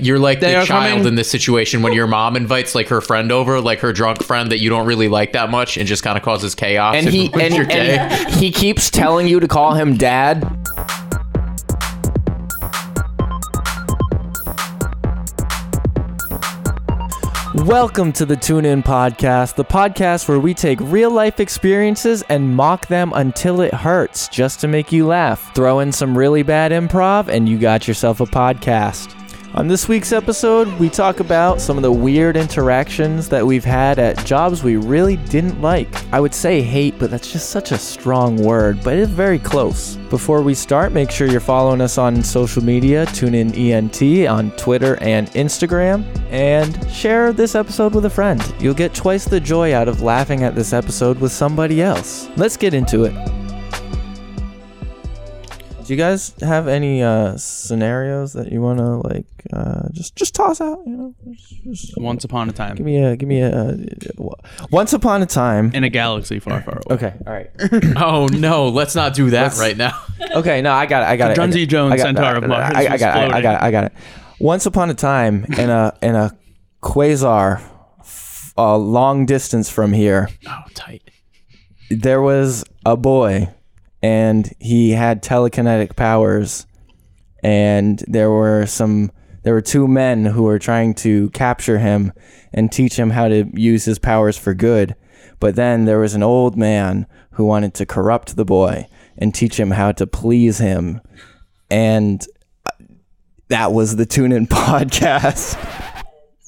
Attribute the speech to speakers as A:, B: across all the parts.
A: You're like
B: They
A: the
B: are
A: child
B: coming.
A: in this situation when your mom invites like her friend over, like her drunk friend that you don't really like that much, and just kind of causes chaos.
B: and he
A: ruins
B: and,
A: your day.
B: and he keeps telling you to call him dad.
C: Welcome to the Tune In Podcast, the podcast where we take real life experiences and mock them until it hurts just to make you laugh. Throw in some really bad improv, and you got yourself a podcast. On this week's episode, we talk about some of the weird interactions that we've had at jobs we really didn't like. I would say hate, but that's just such a strong word, but it's very close. Before we start, make sure you're following us on social media, tune in ENT on Twitter and Instagram, and share this episode with a friend. You'll get twice the joy out of laughing at this episode with somebody else. Let's get into it. Do you guys have any uh, scenarios that you want to like uh, just just toss out? You know, Just- just-
D: Once upon a
C: give
D: time
C: me a give me a. uh, w- Once upon a time.
D: in a galaxy far, far away.
C: Okay, all right.
A: oh no, let's not do that
C: Let's-
A: right now.
C: Okay, no, I got it. I got it. I
D: Drunsey
C: got-
D: Jones
C: I got-
D: Centaur of Mars
C: I, I, I got it. I
D: was
C: got it.
D: floating.
C: I got it. Once upon a time, in a in a quasar, f- a long distance from here,
A: Oh, tight.
C: there was a boy and he had telekinetic powers and there were some there were two men who were trying to capture him and teach him how to use his powers for good but then there was an old man who wanted to corrupt the boy and teach him how to please him and that was the tune in podcast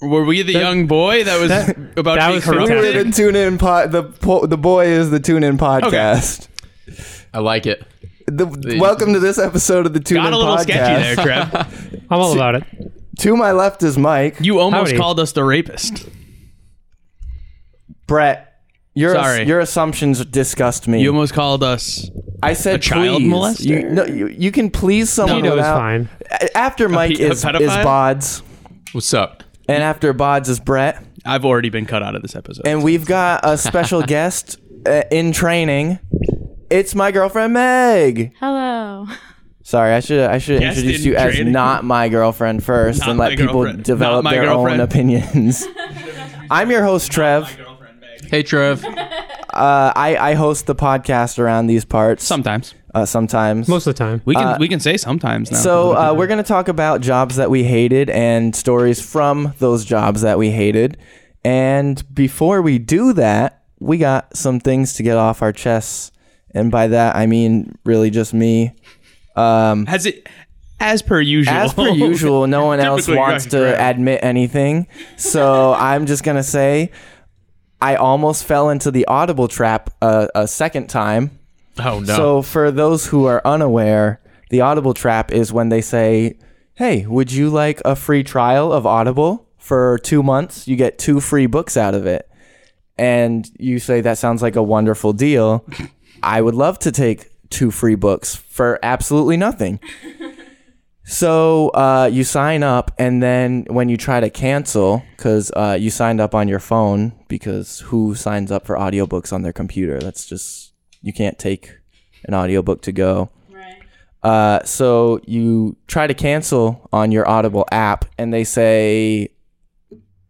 D: Were we the young boy that was about
E: that
D: to be
E: was
C: we
D: corrupted?
E: fantastic.
C: were the tune in pod the, po- the boy is the tune in podcast
A: I like it.
C: The, welcome to this episode of the Tune
D: Got
C: In
D: a little
C: Podcast.
D: sketchy there, Trev.
E: I'm all about it.
C: To my left is Mike.
D: You almost
E: Howdy.
D: called us the rapist.
C: Brett, your
D: Sorry.
C: your assumptions disgust me.
D: You almost called us.
C: I said
D: child
C: please.
D: molester?
C: You, no, you, you can please someone
E: Pedo is
C: without.
E: fine.
C: A- After Mike
D: pe- a
C: is is
D: pedophile?
C: Bods,
A: What's up?
C: and after Bods is Brett,
D: I've already been cut out of this episode.
C: and we've got a special guest uh, in training. It's my girlfriend Meg.
F: Hello.
C: Sorry, I should I should
D: Guest
C: introduce
D: in
C: you as
D: training?
C: not my girlfriend first,
D: Not
C: and let
D: my
C: people
D: girlfriend. Not
C: develop
D: my
C: their own
D: girlfriend.
C: opinions. I'm your host Trev.
A: Hey, Trev.
C: Uh, I, I host the podcast around these parts
D: sometimes
C: uh, sometimes.
E: Most of the time.
D: we can we can say sometimes now.
C: Uh, so uh, we're going to talk about jobs that we hated and stories from those jobs that we hated. And before we do that, we got some things to get off our chests. And by that, I mean really just me. Um,
D: has it as per usual.
C: as per usual, no one else
D: Typically,
C: wants
D: right,
C: to
D: right.
C: admit anything. So I'm just going to say I almost fell into the audible trap uh, a second time.
A: Oh no.
C: So for those who are unaware, the Audible trap is when they say, "Hey, would you like a free trial of Audible for 2 months? You get two free books out of it." And you say that sounds like a wonderful deal. I would love to take two free books for absolutely nothing. So uh, you sign up, and then when you try to cancel, because uh, you signed up on your phone, because who signs up for audiobooks on their computer? That's just, you can't take an audiobook to go.
F: Right.
C: Uh, so you try to cancel on your Audible app, and they say,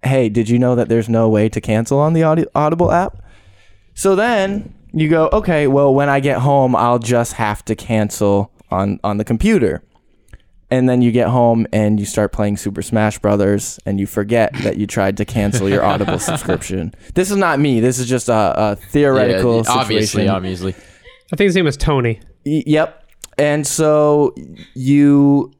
C: "Hey, did you know that there's no way to cancel on the Audi- Audible app?" So then you go, "Okay, well, when I get home, I'll just have to cancel on on the computer." And then you get home and you start playing Super Smash Brothers, and you forget that you tried to cancel your Audible subscription. This is not me. This is just a, a
A: Yeah,
C: theoretical situation.
A: obviously, obviously.
E: I think his name is Tony.
C: Y- Yep. And so you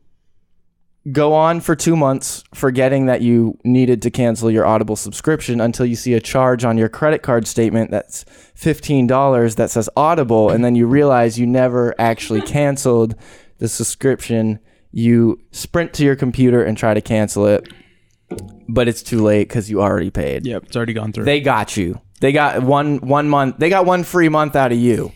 C: go on for two months forgetting that you needed to cancel your Audible subscription until you see a charge on your credit card statement that's $15 that says Audible. And then you realize you never actually canceled the subscription. You sprint to your computer and try to cancel it, but it's too late because you already paid.
D: Yep, it's already gone through.
C: They got you. They got one one month. They got one free month out of you.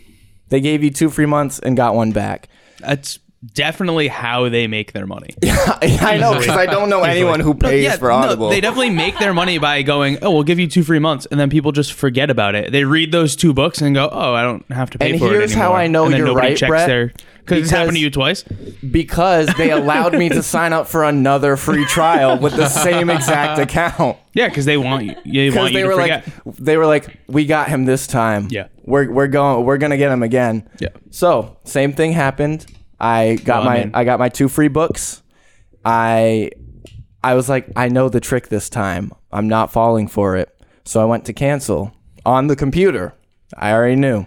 C: They gave you two free months and got one back.
D: That's definitely how they make their money.
C: I know because I don't know anyone who pays
D: Yeah,
C: for
D: no,
C: Audible.
D: they definitely make their money by going, oh, we'll give you two free months, and then people just forget about it. They read those two books and go, oh, I don't have to pay
C: and
D: for it
C: here's how
D: anymore.
C: I know
D: And then
C: you're
D: nobody
C: right,
D: checks
C: Brett.
D: their- Because it's
C: Because-
D: happened to you twice.
C: because they allowed me to sign up for another free trial with the same exact account.
D: Yeah, because they want you. They
C: Because
D: want you
C: they
D: to
C: were
D: forget.
C: like, they were like, we got him this time.
D: Yeah.
C: we're we're going, we're gonna get him again.
D: Yeah.
C: So same thing happened. I got
D: Well, I
C: my I,
D: mean-
C: got my two free books. I I was like, I know the trick this time. I'm not falling for it. So I went to cancel on the computer. I already knew.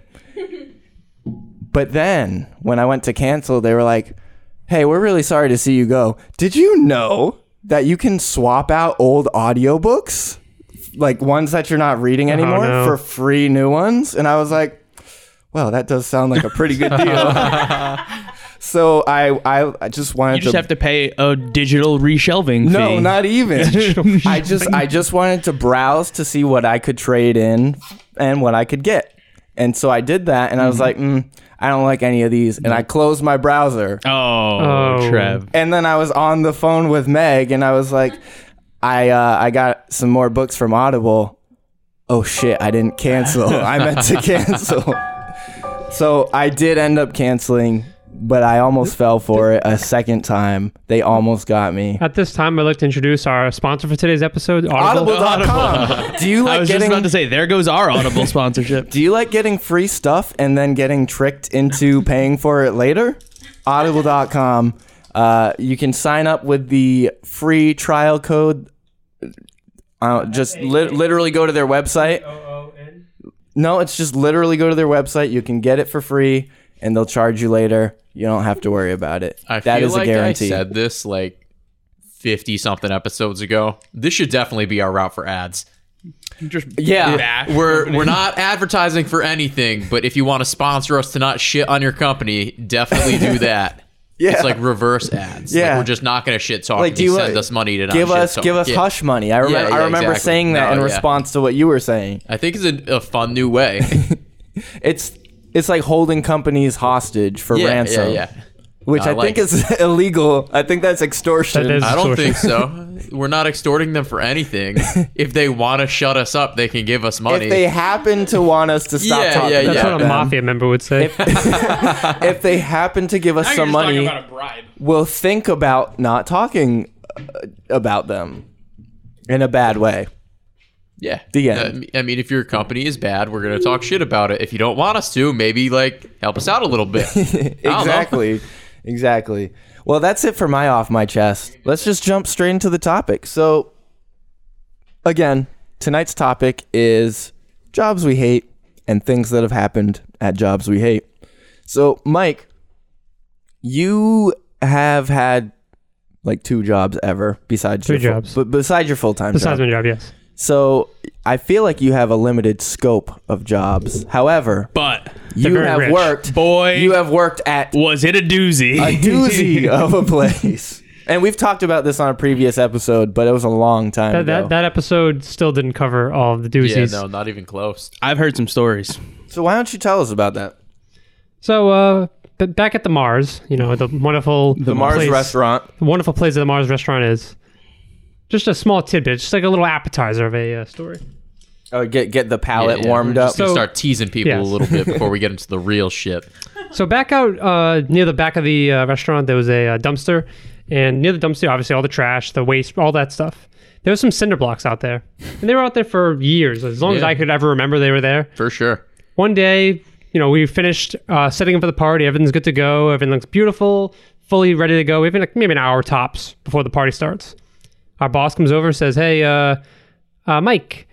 C: but then when I went to cancel, they were like, Hey, we're really sorry to see you go. Did you know that you can swap out old audiobooks? Like ones that you're not reading
D: Oh,
C: anymore
E: no.
C: for free new ones? And I was like, well, that does sound like a pretty good deal. so I, I, I just wanted
D: you just
C: to.
D: have to pay a digital reshelving fee.
C: no, not even. I just, I just wanted to browse to see what I could trade in and what I could get. And so I did that, and I
D: Mm-hmm.
C: was like, mm, I don't like any of these, and I closed my browser.
D: Oh,
E: Oh.
D: Trev.
C: And then I was on the phone with Meg, and I was like, I, uh, I got some more books from Audible. Oh shit, I didn't cancel. I meant to cancel. So I did end up canceling, but I almost fell for it a second time. They almost got me.
E: At this time, I'd like to introduce our sponsor for today's episode, Audible.
C: Audible.com. Do you
D: I
C: like
D: was just
C: getting
D: about to say, there goes our Audible sponsorship.
C: Do you like getting free stuff and then getting tricked into paying for it later? Audible.com. Uh, you can sign up with the free trial code. Uh, just li- literally go to their website. No, it's just literally go to their website. You can get it for free, and they'll charge you later. You don't have to worry about it.
A: I
C: that
A: feel
C: is
A: like
C: a guarantee.
A: I said this like 50 something episodes ago. This should definitely be our route for ads.
D: Just
A: Yeah,
D: bash
A: we're
D: company.
A: we're not advertising for anything, but if you want to sponsor us to not shit on your company, definitely do that.
C: Yeah.
A: It's like reverse ads. Like,
C: Yeah.
A: we're just not gonna shit talk.
C: Like,
A: Like,
C: do
A: you
C: you,
A: send
C: uh,
A: us money to not
C: give
A: shit
C: us
A: talk.
C: give us
A: Yeah.
C: hush money. I, remem-
A: Yeah, yeah,
C: I remember
A: exactly.
C: saying that
A: No,
C: in
A: yeah.
C: response to what you were saying.
A: I think it's a, a fun new way.
C: It's it's like holding companies hostage for
A: yeah,
C: ransom.
A: yeah, yeah.
C: which
A: I
C: I,
A: like
C: think is illegal. I think that's extortion.
E: That is-
A: I don't
E: Extortion.
A: think so. We're not extorting them for anything. If they want to shut us up, they can give us money.
C: if they happen to want us to stop
A: Yeah,
C: talking
A: yeah,
E: That's
A: yeah.
E: what
C: about
E: a
C: them,
E: mafia member would say.
C: if they happen to give us some money,
D: a bribe.
C: we'll think about not talking uh, about them in a bad way.
A: yeah.
C: The
A: I
C: end.
A: mean- I mean, if your company is bad, we're gonna talk shit about it. If you don't want us to, maybe like help us out a little bit. know.
C: exactly. Exactly. Well, that's it for my off my chest. Let's just jump straight into the topic. So, again, tonight's topic is jobs we hate and things that have happened at jobs we hate. So, Mike, you have had like two jobs ever besides
E: Three
C: your full-
E: jobs.
C: but besides your full time job.
E: Besides my job, yes.
C: So, I feel like you have a limited scope of jobs. However,
D: But
C: you
E: very
C: have
E: rich.
C: worked
D: Boy.
C: You have worked at
D: was it a doozy?
C: a doozy of a place. And we've talked about this on a previous episode, but it was a long time
E: That,
C: ago.
E: that, that episode still didn't cover all of the
A: yeah,
E: doozies.
A: no, not even close.
D: I've heard some stories.
C: so why don't you tell us about that?
E: So, uh, b- back at the Mars, you know, the wonderful
C: The Mars
E: place-
C: restaurant.
E: the wonderful place that the Mars restaurant is. Just a small tidbit, just like a little appetizer of a uh, story.
C: Oh, get get the palate
A: Yeah, yeah,
C: warmed
A: we're
C: up.
A: just gonna
E: So-
A: start teasing people
E: Yes.
A: a little bit before we get into the real shit.
E: So back out uh, near the back of the uh, restaurant, there was a uh, dumpster, and near the dumpster, obviously all the trash, the waste, all that stuff. There was some cinder blocks out there, and they were out there for years, as long as
A: Yeah.
E: I could ever remember. They were there.
A: For sure.
E: One day, you know, we finished uh, setting up for the party. Everything's good to go. Everything looks beautiful, fully ready to go. Even like maybe an hour tops before the party starts. Our boss comes over, and says, "Hey, uh, uh, Mike,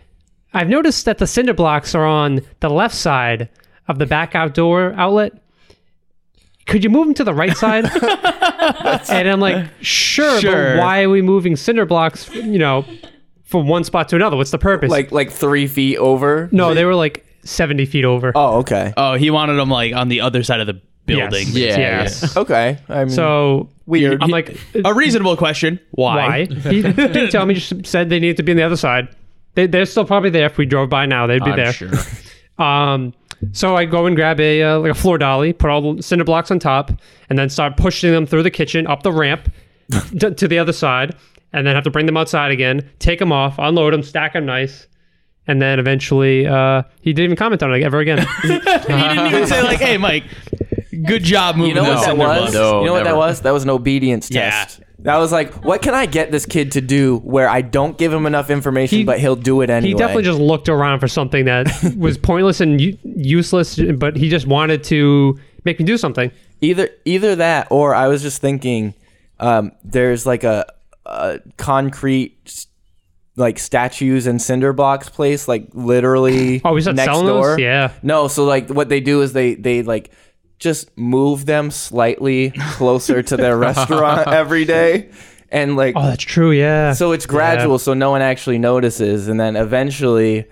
E: I've noticed that the cinder blocks are on the left side of the back outdoor outlet. Could you move them to the right side? and I'm like, sure,
D: Sure.
E: but why are we moving cinder blocks, you know, from one spot to another? What's the purpose?
C: Like like three feet over.
E: no, they were like 70 feet over.
C: Oh, okay.
D: Oh, he wanted them like on the other side of the building.
E: Yes.
A: Yeah,
E: yes.
C: Okay. I mean,
E: Oh, So
C: Weird.
E: I'm like,
D: A reasonable question.
E: why?
D: Why?
E: he didn't tell me. Just said they needed to be on the other side. They, they're still probably there. If we drove by now, they'd be
A: I'm
E: there.
A: sure.
E: Um, so I go and grab a uh, like a floor dolly, put all the cinder blocks on top, and then start pushing them through the kitchen up the ramp to, to the other side, and then have to bring them outside again, take them off, unload them, stack them nice, and then eventually uh, he didn't even comment on it ever again.
D: He didn't even say like, "Hey, Mike, Good job moving
C: You know
D: those
A: No,
C: what that
D: in their
C: was?
A: no,
C: you know what that
A: never.
C: was? That was an obedience
D: Yeah.
C: test. That was like, what can I get this kid to do where I don't give him enough information,
E: He-
C: but he'll do it anyway?
E: He definitely just looked around for something that was pointless and u- useless, but he just wanted to make me do something.
C: either either that or I was just thinking, um, there's like a, a concrete like statues and cinder blocks place like literally
E: Oh, we said
C: next
E: selling those?
C: door.
E: Yeah.
C: No, so like what they do is they they like just move them slightly closer to their restaurant every day, and like
E: Oh, that's true. Yeah.
C: so it's gradual, so no one actually notices, and then eventually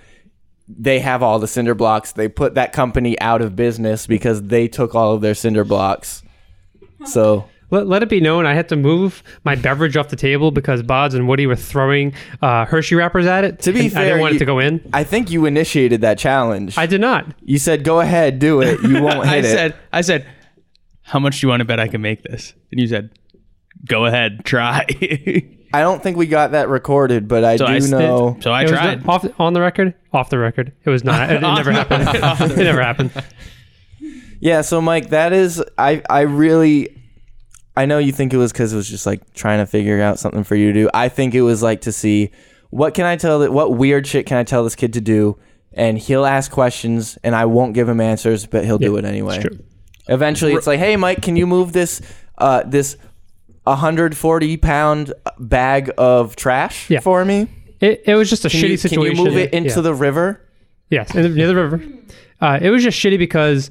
C: they have all the cinder blocks. They put that company out of business because they took all of their cinder blocks. So
E: Let, let it be known I had to move my beverage off the table because Bods and Woody were throwing uh, Hershey wrappers at it.
C: To be
E: and I
C: fair,
E: didn't want
C: you-
E: it to go in.
C: I think you initiated that challenge.
E: I did not.
C: you said, "Go ahead, do it. You won't hit
D: I
C: it."
D: said, I said, how much do you want to bet I can make this? And you said, go ahead, try.
C: I don't think we got that recorded, but I
D: so
C: do
D: I s-
C: know.
D: So I
E: It was
D: tried.
E: not- off, on the record, off the record. It was not. It, it never happened. it never happened.
C: Yeah, so Mike, that is I I really I know you think it was cuz it was just like trying to figure out something for you to do. I think it was like to see what can I tell that what weird shit can I tell this kid to do and he'll ask questions and I won't give him answers, but he'll do it anyway.
E: true.
C: Eventually it's like, "Hey Mike, can you move this uh this 140 pound bag of trash
E: Yeah.
C: for me?
E: It, it was just a
C: Can
E: shitty
C: you, can you
E: situation.
C: move it into
E: Yeah.
C: the river?"
E: Yes, and near the river. Uh, it was just shitty because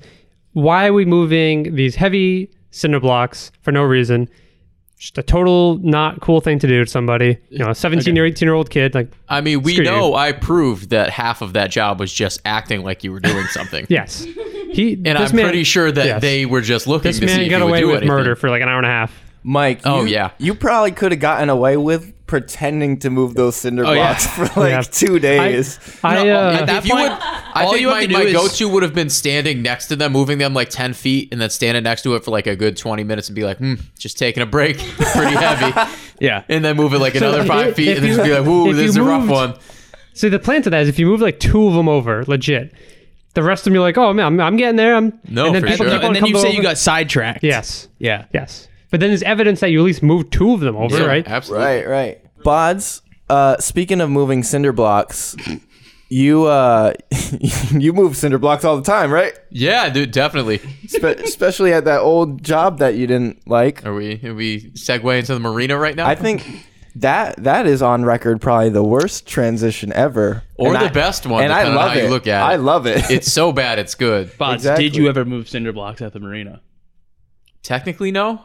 E: why are we moving these heavy cinder blocks for no reason? Just a total not cool thing to do to somebody. You know, a 17 or 18 year old kid. Like,
A: I mean, we
E: Screw you.
A: know I proved that half of that job was just acting like you were doing something.
E: yes. He,
A: And
E: this
A: I'm
E: man-
A: pretty sure that
E: yes.
A: they were just looking
E: This
A: to see
E: man
A: if
E: got
A: you would
E: away
A: do
E: with
A: anything.
E: murder for like an hour and a half.
C: Mike,
A: Oh,
C: you-
A: yeah.
C: you probably could have gotten away with pretending to move those cinder
A: Oh,
D: yeah.
C: blocks for like
E: Yeah.
C: two days.
E: I,
D: No,
E: uh,
D: at that
A: If you
D: point,
A: would, I
D: all
A: think
D: you have
A: my,
D: to do
A: my
D: is-
A: go-to would have been standing next to them, moving them like ten feet, and then standing next to it for like a good twenty minutes, and be like, hmm, just taking a break, pretty heavy,
D: yeah.
A: and then move it like another five
E: if-
A: feet,
E: if
A: and then
E: you-
A: just be like, ooh,
E: if
A: this
E: you
A: is a rough
E: moved-
A: one.
E: See, the plan to that is if you move like two of them over, legit, the rest of them you're like, oh man, I'm, I'm getting there. I'm
A: No,
E: and then
A: for
E: people
A: sure.
E: keep on
D: and then you
E: coming
D: say
E: over.
D: you got sidetracked.
E: yes,
D: Yeah.
E: yes. But then there's evidence that you at least moved two of them over,
A: Yeah,
E: right?
A: Absolutely.
C: Right, right. Bods, uh, speaking of moving cinder blocks, you uh, you move cinder blocks all the time, right?
A: Yeah, dude, definitely.
C: Spe- especially at that old job that you didn't like.
A: Are we are we segue into the marina right now?
C: I think that that is on record probably the worst transition ever,
A: or
C: And
A: the
C: I-
A: best one,
C: And I
A: depending on
C: love
A: how
C: it.
A: you look at
C: I
A: it.
C: love it.
A: It's so bad, it's good.
D: Bods,
C: Exactly.
D: did you ever move cinder blocks at the marina?
A: Technically, no.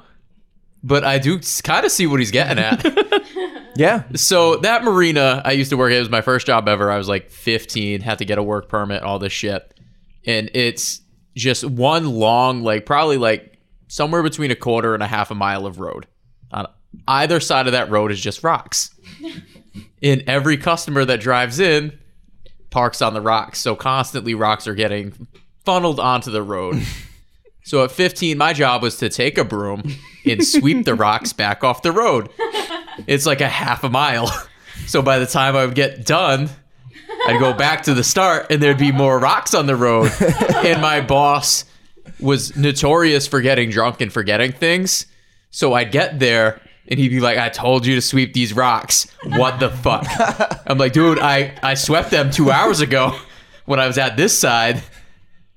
A: But I do kind of see what he's getting at.
C: yeah.
A: so that marina I used to work at it was my first job ever. I was like 15, had to get a work permit, all this shit. And it's just one long, like probably like somewhere between a quarter and a half a mile of road. On either side of that road is just rocks. and every customer that drives in parks on the rocks. So constantly rocks are getting funneled onto the road. so at 15, my job was to take a broom and sweep the rocks back off the road it's like a half a mile. So by the time I would get done, I'd go back to the start and there'd be more rocks on the road. And my boss was notorious for getting drunk and forgetting things. So I'd get there and he'd be like, I told you to sweep these rocks. What the fuck? I'm like, dude, I, I swept them two hours ago when I was at this side.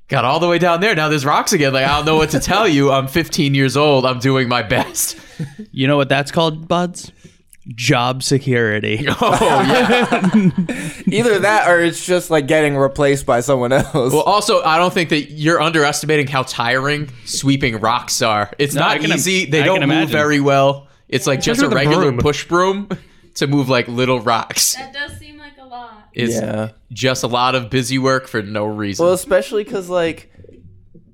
A: Got all the way down there. Now there's rocks again. Like, I don't know what to tell you. I'm 15 years old. I'm doing my best.
D: You know what that's called, Bods? Job security.
A: Oh, yeah.
C: Either that or it's just like getting replaced by someone else.
A: Well, also, I don't think that you're underestimating how tiring sweeping rocks are. It's
D: No, I
A: not
D: can im-
A: easy. They
D: I
A: don't
D: can
A: move
D: imagine.
A: very well. It's like just a
E: with a
A: regular
E: broom.
A: push broom to move like little rocks.
F: That does seem like a lot.
A: It's
C: Yeah.
A: just a lot of busy work for no reason.
C: Well, especially because like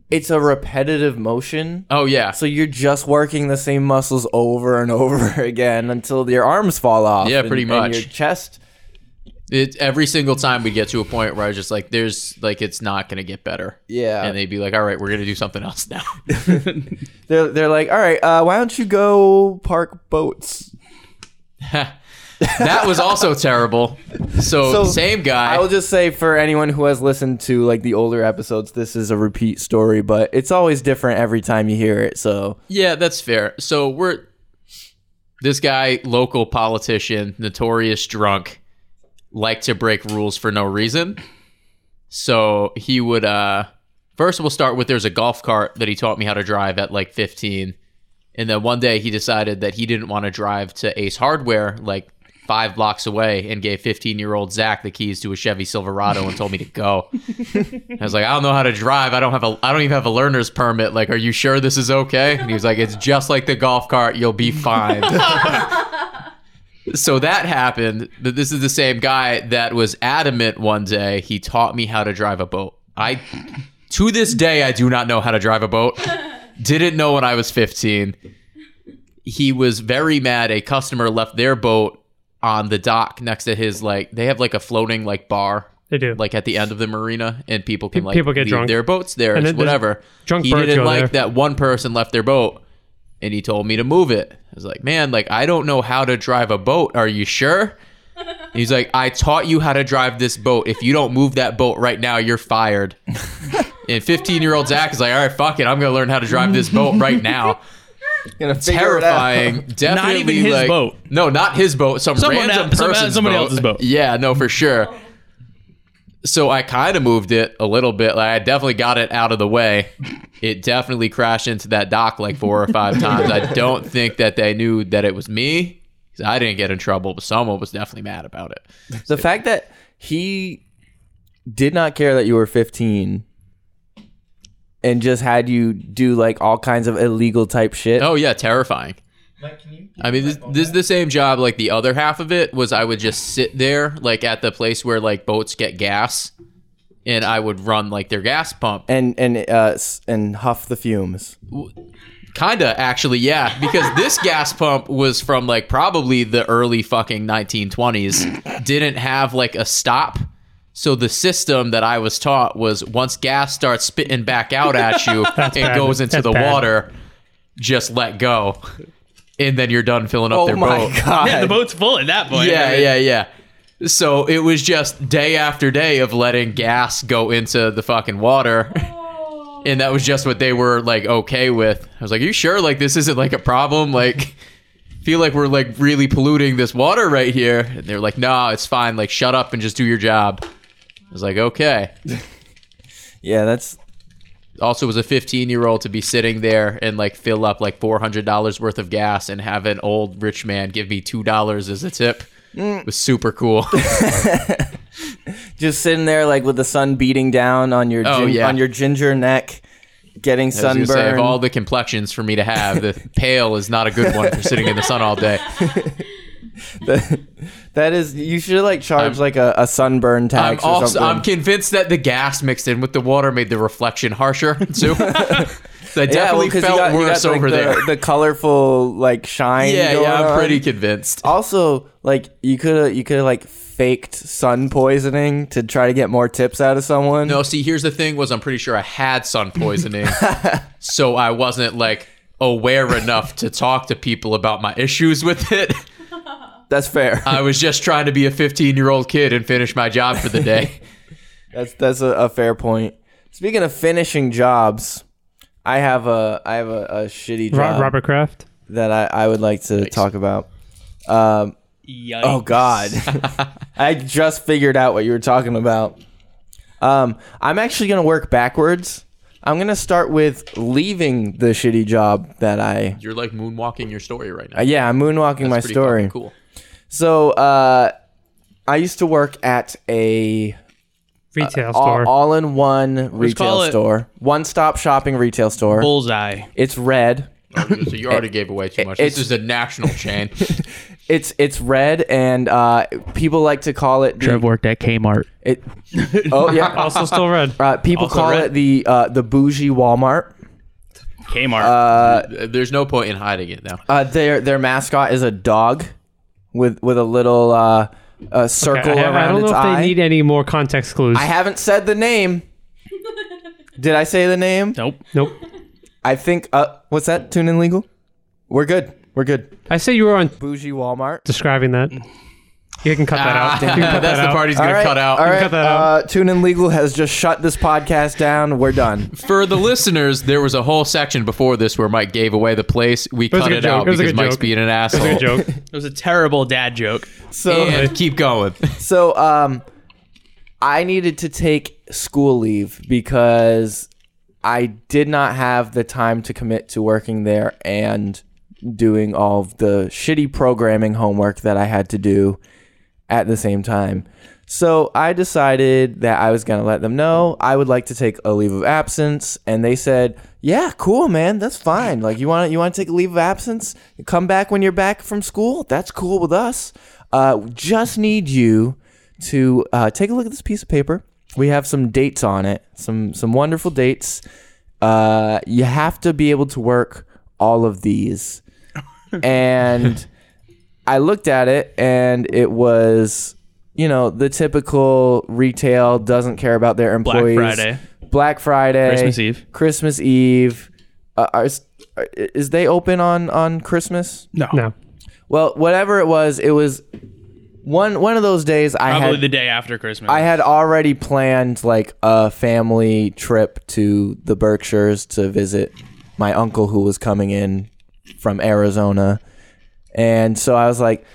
C: it's a repetitive motion,
A: oh yeah,
C: so you're just working the same muscles over and over again until your arms fall off.
A: Yeah,
C: and-
A: pretty
C: and
A: much.
C: your chest.
A: it, every single time we get to a point where I was just like, "There's like it's not gonna get better."
C: Yeah.
A: and they'd be like, "All right, we're gonna do something else now."
C: They're they're like, all right, uh, why don't you go park boats?
A: That was also terrible. So,
C: So,
A: same guy.
C: I will just say for anyone who has listened to like the older episodes, this is a repeat story, but it's always different every time you hear it. So
A: Yeah, that's fair. So we're this guy, local politician, notorious drunk, liked to break rules for no reason. So he would uh first we'll start with there's a golf cart that he taught me how to drive at like 15. And then one day he decided that he didn't want to drive to Ace Hardware like 5 blocks away and gave 15-year-old Zach the keys to a Chevy Silverado and told me to go. I was like, I don't know how to drive. I don't have a. I don't even have a learner's permit. Like, are you sure this is okay? And he was like, It's just like the golf cart. You'll be fine. so that happened. But This is the same guy that was adamant one day. He taught me how to drive a boat. I, to this day, I do not know how to drive a boat. Didn't know when I was 15. He was very mad. A customer left their boat on the dock next to his. Like, they have like a floating like bar
E: They do. Like
A: like at the end of the marina and people can
E: Pe-
A: like
E: people get
A: leave
E: drunk.
A: their boats there
E: And
A: it's
E: then there's
A: whatever
E: drunk
A: he
E: birds
A: didn't
E: go
A: like
E: there.
A: that one person left their boat and he told me to move it i was like man like i don't know how to drive a boat are you sure And he's like i taught you how to drive this boat if you don't move that boat right now you're fired and 15 year old zach is like all right fuck it i'm gonna learn how to drive this boat right now
B: Gonna figure it out.
A: terrifying definitely
D: even his
A: like-
D: boat.
A: no not his boat some
D: Someone
A: random
D: el- some-
A: person's
D: somebody
A: boat.
D: else's boat.
A: yeah no for sure so I kind of moved it a little bit. Like I definitely got it out of the way. It definitely crashed into that dock like four or five times. I don't think that they knew that it was me because I didn't get in trouble, but someone was definitely mad about it.
C: the fact that he did not care that you were 15 and just had you do like all kinds of illegal type shit.
A: Oh yeah, terrifying. I mean, this, this is the same job. Like the other half of it was, I would just sit there, like at the place where like boats get gas, and I would run like their gas pump.
C: And and uh s- and huff the fumes.
A: Kinda, actually, yeah, because this gas pump was from like probably the early fucking 1920s. Didn't have like a stop. So the system that I was taught was once gas starts spitting back out at you and
E: bad.
A: goes into
E: That's
A: the
E: bad.
A: water, just let go. And then you're done filling up
C: Oh
A: their
C: my
A: boat.
C: god!
D: Yeah, the boat's full at that point.
A: Yeah, yeah, yeah. So it was just day after day of letting gas go into the fucking water. And that was just what they were like okay with. I was like, you sure? Like this isn't like a problem? Like feel like we're like really polluting this water right here. And they're like, no, it's fine. Like shut up and just do your job. I was like, okay.
C: Yeah, that's
A: Also was a 15 year old to be sitting there and like fill up like $400 worth of gas and have an old rich man give me $2 as a tip. was super cool.
C: just sitting there like with the sun beating down on your
A: Oh,
C: gin-
A: yeah.
C: on your ginger neck,
A: I
C: getting
A: was
C: sunburned.
A: gonna say, of all the complexions for me to have, the pale is not a good one for sitting in the sun all day.
C: that is, you should like charge
A: I'm-
C: like a, a sunburn
A: I'm
C: tax or
A: also
C: something.
A: I'm convinced that the gas mixed in with the water made the reflection harsher too. so I
C: yeah, well,
A: definitely
C: 'cause you
A: felt
C: got, you got,
A: worse
C: like,
A: over
C: the,
A: there.
C: The colorful like shine.
A: yeah,
C: going
A: yeah, I'm
C: on.
A: pretty convinced.
C: Also, like you could have you could have like faked sun poisoning to try to get more tips out of someone.
A: No, see, here's the thing: was I'm pretty sure I had sun poisoning, so I wasn't like aware enough to talk to people about my issues with it.
C: that's fair.
A: I was just trying to be a 15 year old kid and finish my job for the day.
C: That's that's a, a fair point. Speaking of finishing jobs, I have a I have a, a shitty job
E: Robert
C: uh,
E: Kraft.
C: that I, I would like to talk about. Um,
D: Yikes.
C: oh God, I just figured out what you were talking about. Um, I'm actually gonna work backwards. I'm gonna start with leaving the shitty job that I.
A: You're like moonwalking your story right now.
C: Uh, yeah, I'm moonwalking my
A: That's pretty fucking
C: story.
A: Cool.
C: So uh, I used to work at a
E: Retail
C: all,
E: store.
C: in one
D: call
C: retail
D: it-
C: store, one stop shopping retail store.
D: Bullseye.
C: It's red.
A: So you already gave away too much. This
C: it's-
A: is a national chain.
C: It's it's red, and uh, people like to call it. The,
D: Trev worked at Kmart.
C: It, oh yeah.
E: also still red.
C: Uh, people
D: Also
C: call
D: red.
C: it the uh, the bougie Walmart.
D: Kmart.
A: There's no point in hiding it now.
C: Uh, their their mascot is a dog with with a little uh, a circle
E: Okay, I,
C: around
E: I don't know
C: its
E: if
C: eye.
E: they need any more context clues.
C: I haven't said the name. Did I say the name?
D: nope.
E: nope.
C: I think. Uh, what's that? Tune in legal. We're good. We're good.
E: I say you were on
C: Bougie Walmart.
E: describing that. You can cut that out. You can
C: Ah,
E: cut
A: That's
E: that
A: the
E: out.
A: part he's gonna
C: All right,
A: cut out.
C: All right,
E: cut that out.
C: Uh, Tune in Legal has just shut this podcast down. We're done.
A: For the listeners, there was a whole section before this where Mike gave away the place. We
E: was a
A: cut
E: good
A: it
E: joke.
A: out
E: It was a
A: because
E: good
A: Mike's
E: joke.
A: being an
E: That's a
A: asshole.
E: good joke.
D: It was a terrible dad joke.
C: So
A: And keep going.
C: So um I needed to take school leave because I did not have the time to commit to working there and doing all of the shitty programming homework that I had to do at the same time. So I decided that I was going to let them know I would like to take a leave of absence and they said, "Yeah, cool man, that's fine. Like you want you want to take a leave of absence? Come back when you're back from school? That's cool with us. Uh just need you to uh, take a look at this piece of paper. We have some dates on it, some some wonderful dates. Uh, you have to be able to work all of these. And I looked at it, and it was, you know, the typical retail doesn't care about their employees.
D: Friday.
C: Black Friday,
D: Christmas Eve.
C: Christmas Eve. Uh, are, are- is they open on on Christmas?
E: No.
C: Well, whatever it was, it was one one of those days. I
D: Probably
C: had,
D: the day after Christmas.
C: I had already planned like a family trip to the Berkshires to visit my uncle who was coming in from Arizona. And so I was like,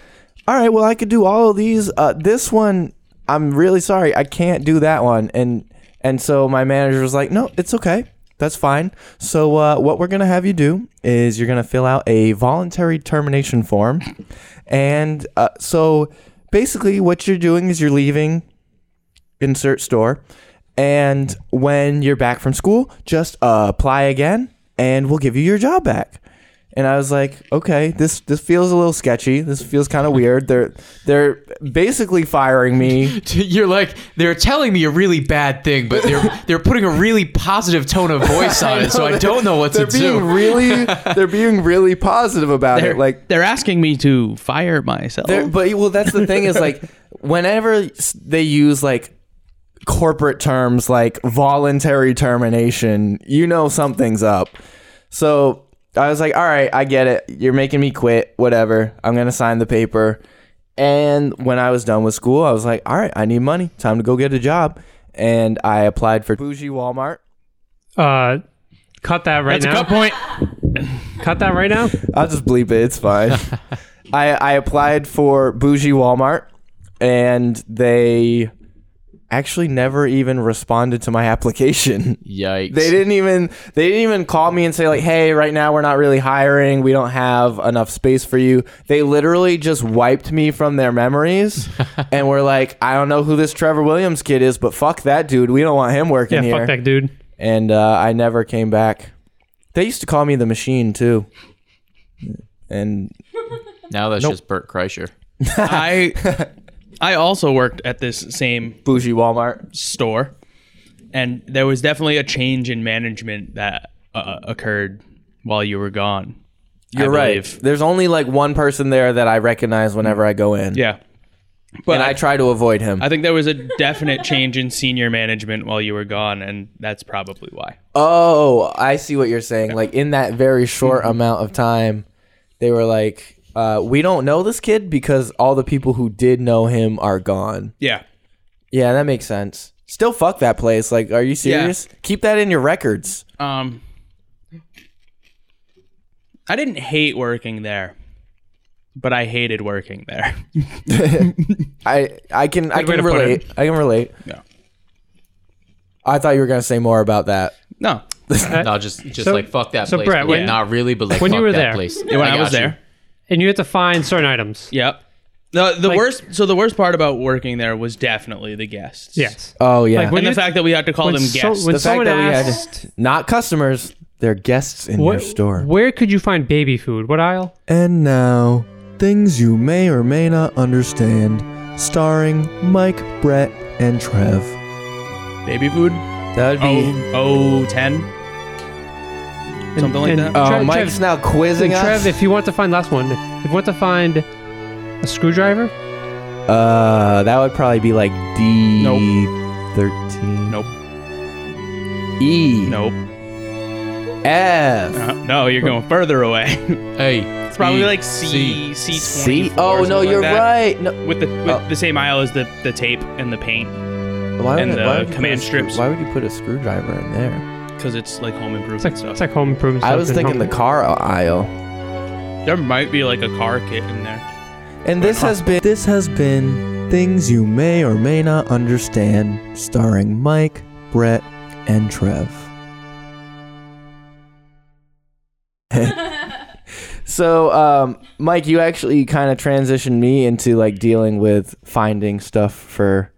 C: all right, well, I could do all of these. Uh, this one, I'm really sorry. I can't do that one. And and so my manager was like, no, it's okay. That's fine. So uh, what we're going to have you do is you're going to fill out a voluntary termination form. And uh, so basically what you're doing is you're leaving insert store. And when you're back from school, just uh, apply again and we'll give you your job back. And I was like, okay, this this feels a little sketchy. This feels kind of weird. They're they're basically firing me.
A: You're like they're telling me a really bad thing, but they're they're putting a really positive tone of voice on it, so I don't know what to
C: They're being
A: do.
C: really they're being really positive about
D: they're,
C: it. Like
D: they're asking me to fire myself.
C: There, but well, that's the thing is like whenever s- they use like corporate terms like voluntary termination, you know something's up. So I was like, all right, I get it. You're making me quit. Whatever. I'm gonna sign the paper. And when I was done with school, I was like, all right, I need money. Time to go get a job. And I applied for bougie Walmart.
E: Uh, cut that right
D: That's a
E: now.
D: cut point.
E: Cut that right now.
C: I'll just bleep it. It's fine. I I applied for bougie Walmart, and they actually never even responded to my application.
A: Yikes!
C: They didn't even they didn't even call me and say like, "Hey, right now we're not really hiring. We don't have enough space for you." They literally just wiped me from their memories and were like, "I don't know who this Trevor Williams kid is, but fuck that dude. We don't want him working
E: Yeah,
C: here."
E: fuck that dude.
C: and uh, I never came back. They used to call me the machine too. And
A: Now that's just Bert Kreischer.
D: I I also worked at this same
C: bougie Walmart.
D: store, and there was definitely a change in management that uh, occurred while you were gone. I
C: You're right.
D: believe.
C: There's only like one person there that I recognize whenever I go in.
D: Yeah,
C: and I, try to avoid him.
D: I think there was a definite change in senior management while you were gone, and that's probably why.
C: oh, I see what you're saying. Like in that very short amount of time, they were like, uh, "We don't know this kid because all the people who did know him are gone."
D: Yeah,
C: Yeah, that makes sense. Still, fuck that place. Like, are you serious? Keep that in your records.
D: Um, I didn't hate working there, but I hated working there.
C: I I can I
E: Good
C: can
E: way to put
C: relate. I can relate.
D: No.
C: I thought you were gonna say more about that.
D: No,
A: No, just just
E: So-
A: like fuck that
E: so
A: place.
E: Brett,
A: but
E: when-
A: not really, but like
E: when
A: fuck
E: you were
A: that
E: there-
A: place.
D: when I,
A: got
D: was
A: you.
D: there.
E: And you have to find certain items.
D: Yep. The the
E: Like-
D: worst. So the worst part about working there was definitely the guests.
E: Yes.
C: Oh yeah,
E: when
D: And the
E: you-
D: fact that we had to call them
E: so-
D: guests.
E: when
C: The fact
E: someone
C: that we had-
E: asked,
C: not customers. They're guests in your
E: what,
C: store.
E: where could you find baby food? What aisle?
C: and now, things you may or may not understand, starring Mike, Brett, and Trev.
D: Baby food.
C: That'd be.
D: Oh, oh, 10. Something like that.
C: Oh,
E: Trev-
C: Mike's
E: Trev-
C: now quizzing
E: And
C: us.
E: Trev, if you want to find last one, if you want to find a screwdriver,
C: uh, that would probably be like D. Thirteen.
D: Nope.
C: E.
D: Nope.
C: F.
D: Uh-huh. Uh, no, you're going further away.
A: Hey,
D: it's probably
A: B,
D: like C C twenty.
C: See? Oh no, you're right. No,
D: With the with
C: Oh.
D: the same aisle as the, the tape and the paint
C: why
D: And
C: would,
D: the
C: why would you put
D: command
C: a screw-
D: strips.
C: Why would you put a screwdriver in there?
D: because it's like home
E: It's
D: improvement
E: like,
D: stuff.
E: it's like home improvement.
C: I
E: stuff
C: was
E: and
C: thinking the
E: home-
C: car aisle.
D: there might be like a car kit in there.
C: And this has been this has been things you may or may not understand, starring Mike, Brett, and Trev. so, um, Mike, you actually kind of transitioned me into like dealing with finding stuff for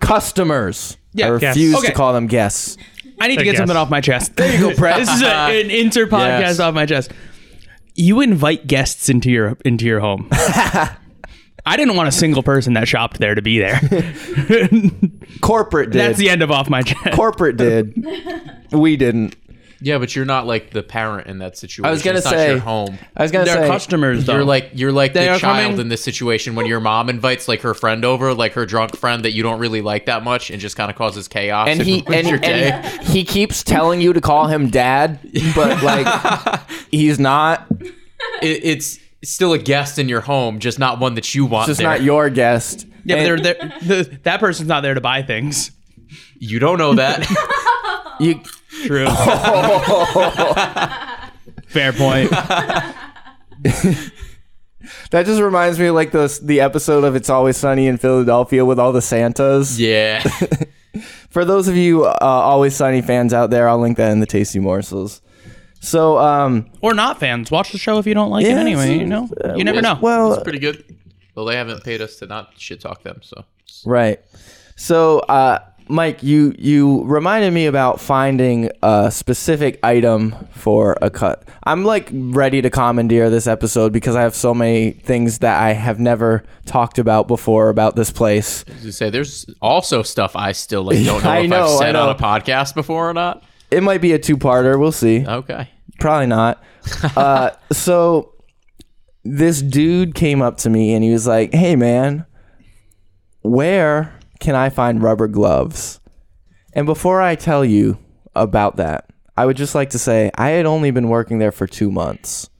C: customers. I
D: Yeah,
E: guests.
C: refuse
D: Okay.
C: to call them guests.
D: I need
E: I
D: to get
E: guess.
D: something off my chest.
C: There you go, Brett.
D: this is a, an inter podcast
A: Yes.
D: off my chest. You invite guests into your into your home. I didn't want a single person that shopped there to be there.
C: Corporate did.
D: That's the end of off my chest.
C: Corporate did. we didn't.
A: Yeah, but you're not like the parent in that situation.
C: I was gonna
A: It's not
C: say
A: your home.
C: I was gonna
D: They're
C: say
D: customers though.
A: You're like you're like
D: They
A: the
D: are
A: child
D: coming-
A: in this situation when your mom invites like her friend over, like her drunk friend that you don't really like that much, and just kind of causes chaos.
C: and he
A: ruins
C: and,
A: your day.
C: and he keeps telling you to call him dad, but like he's not.
A: It- it's still a guest in your home, just not one that you want.
C: It's just
A: there.
C: not your guest.
D: yeah, but
C: And
D: they're, they're, the- that person's not there to buy things.
A: You don't know that.
C: you-
D: True. Fair point.
C: that just reminds me of like the the episode of It's Always Sunny in Philadelphia with all the Santas.
A: yeah.
C: For those of you uh, Always Sunny fans out there, I'll link that in the Tasty Morsels. So, um,
D: Or not fans. Watch the show if you don't like
C: Yeah,
D: it anyway.
C: it's-
D: You know,
C: uh,
D: you never know.
C: well,
A: It's pretty good. Well, they haven't paid us to not shit talk them, so
C: Right. So, uh, Mike, you you reminded me about finding a specific item for a cut. I'm like ready to commandeer this episode because I have so many things that I have never talked about before about this place.
A: to say there's also stuff I still like don't know
C: I
A: if
C: know, I
A: I've said
C: know.
A: on a podcast before or not.
C: It might be a two-parter. We'll see.
A: Okay.
C: Probably not. uh, so this dude came up to me and he was like, "Hey, man, where can I find rubber gloves?" And before I tell you about that, I would just like to say I had only been working there for two months,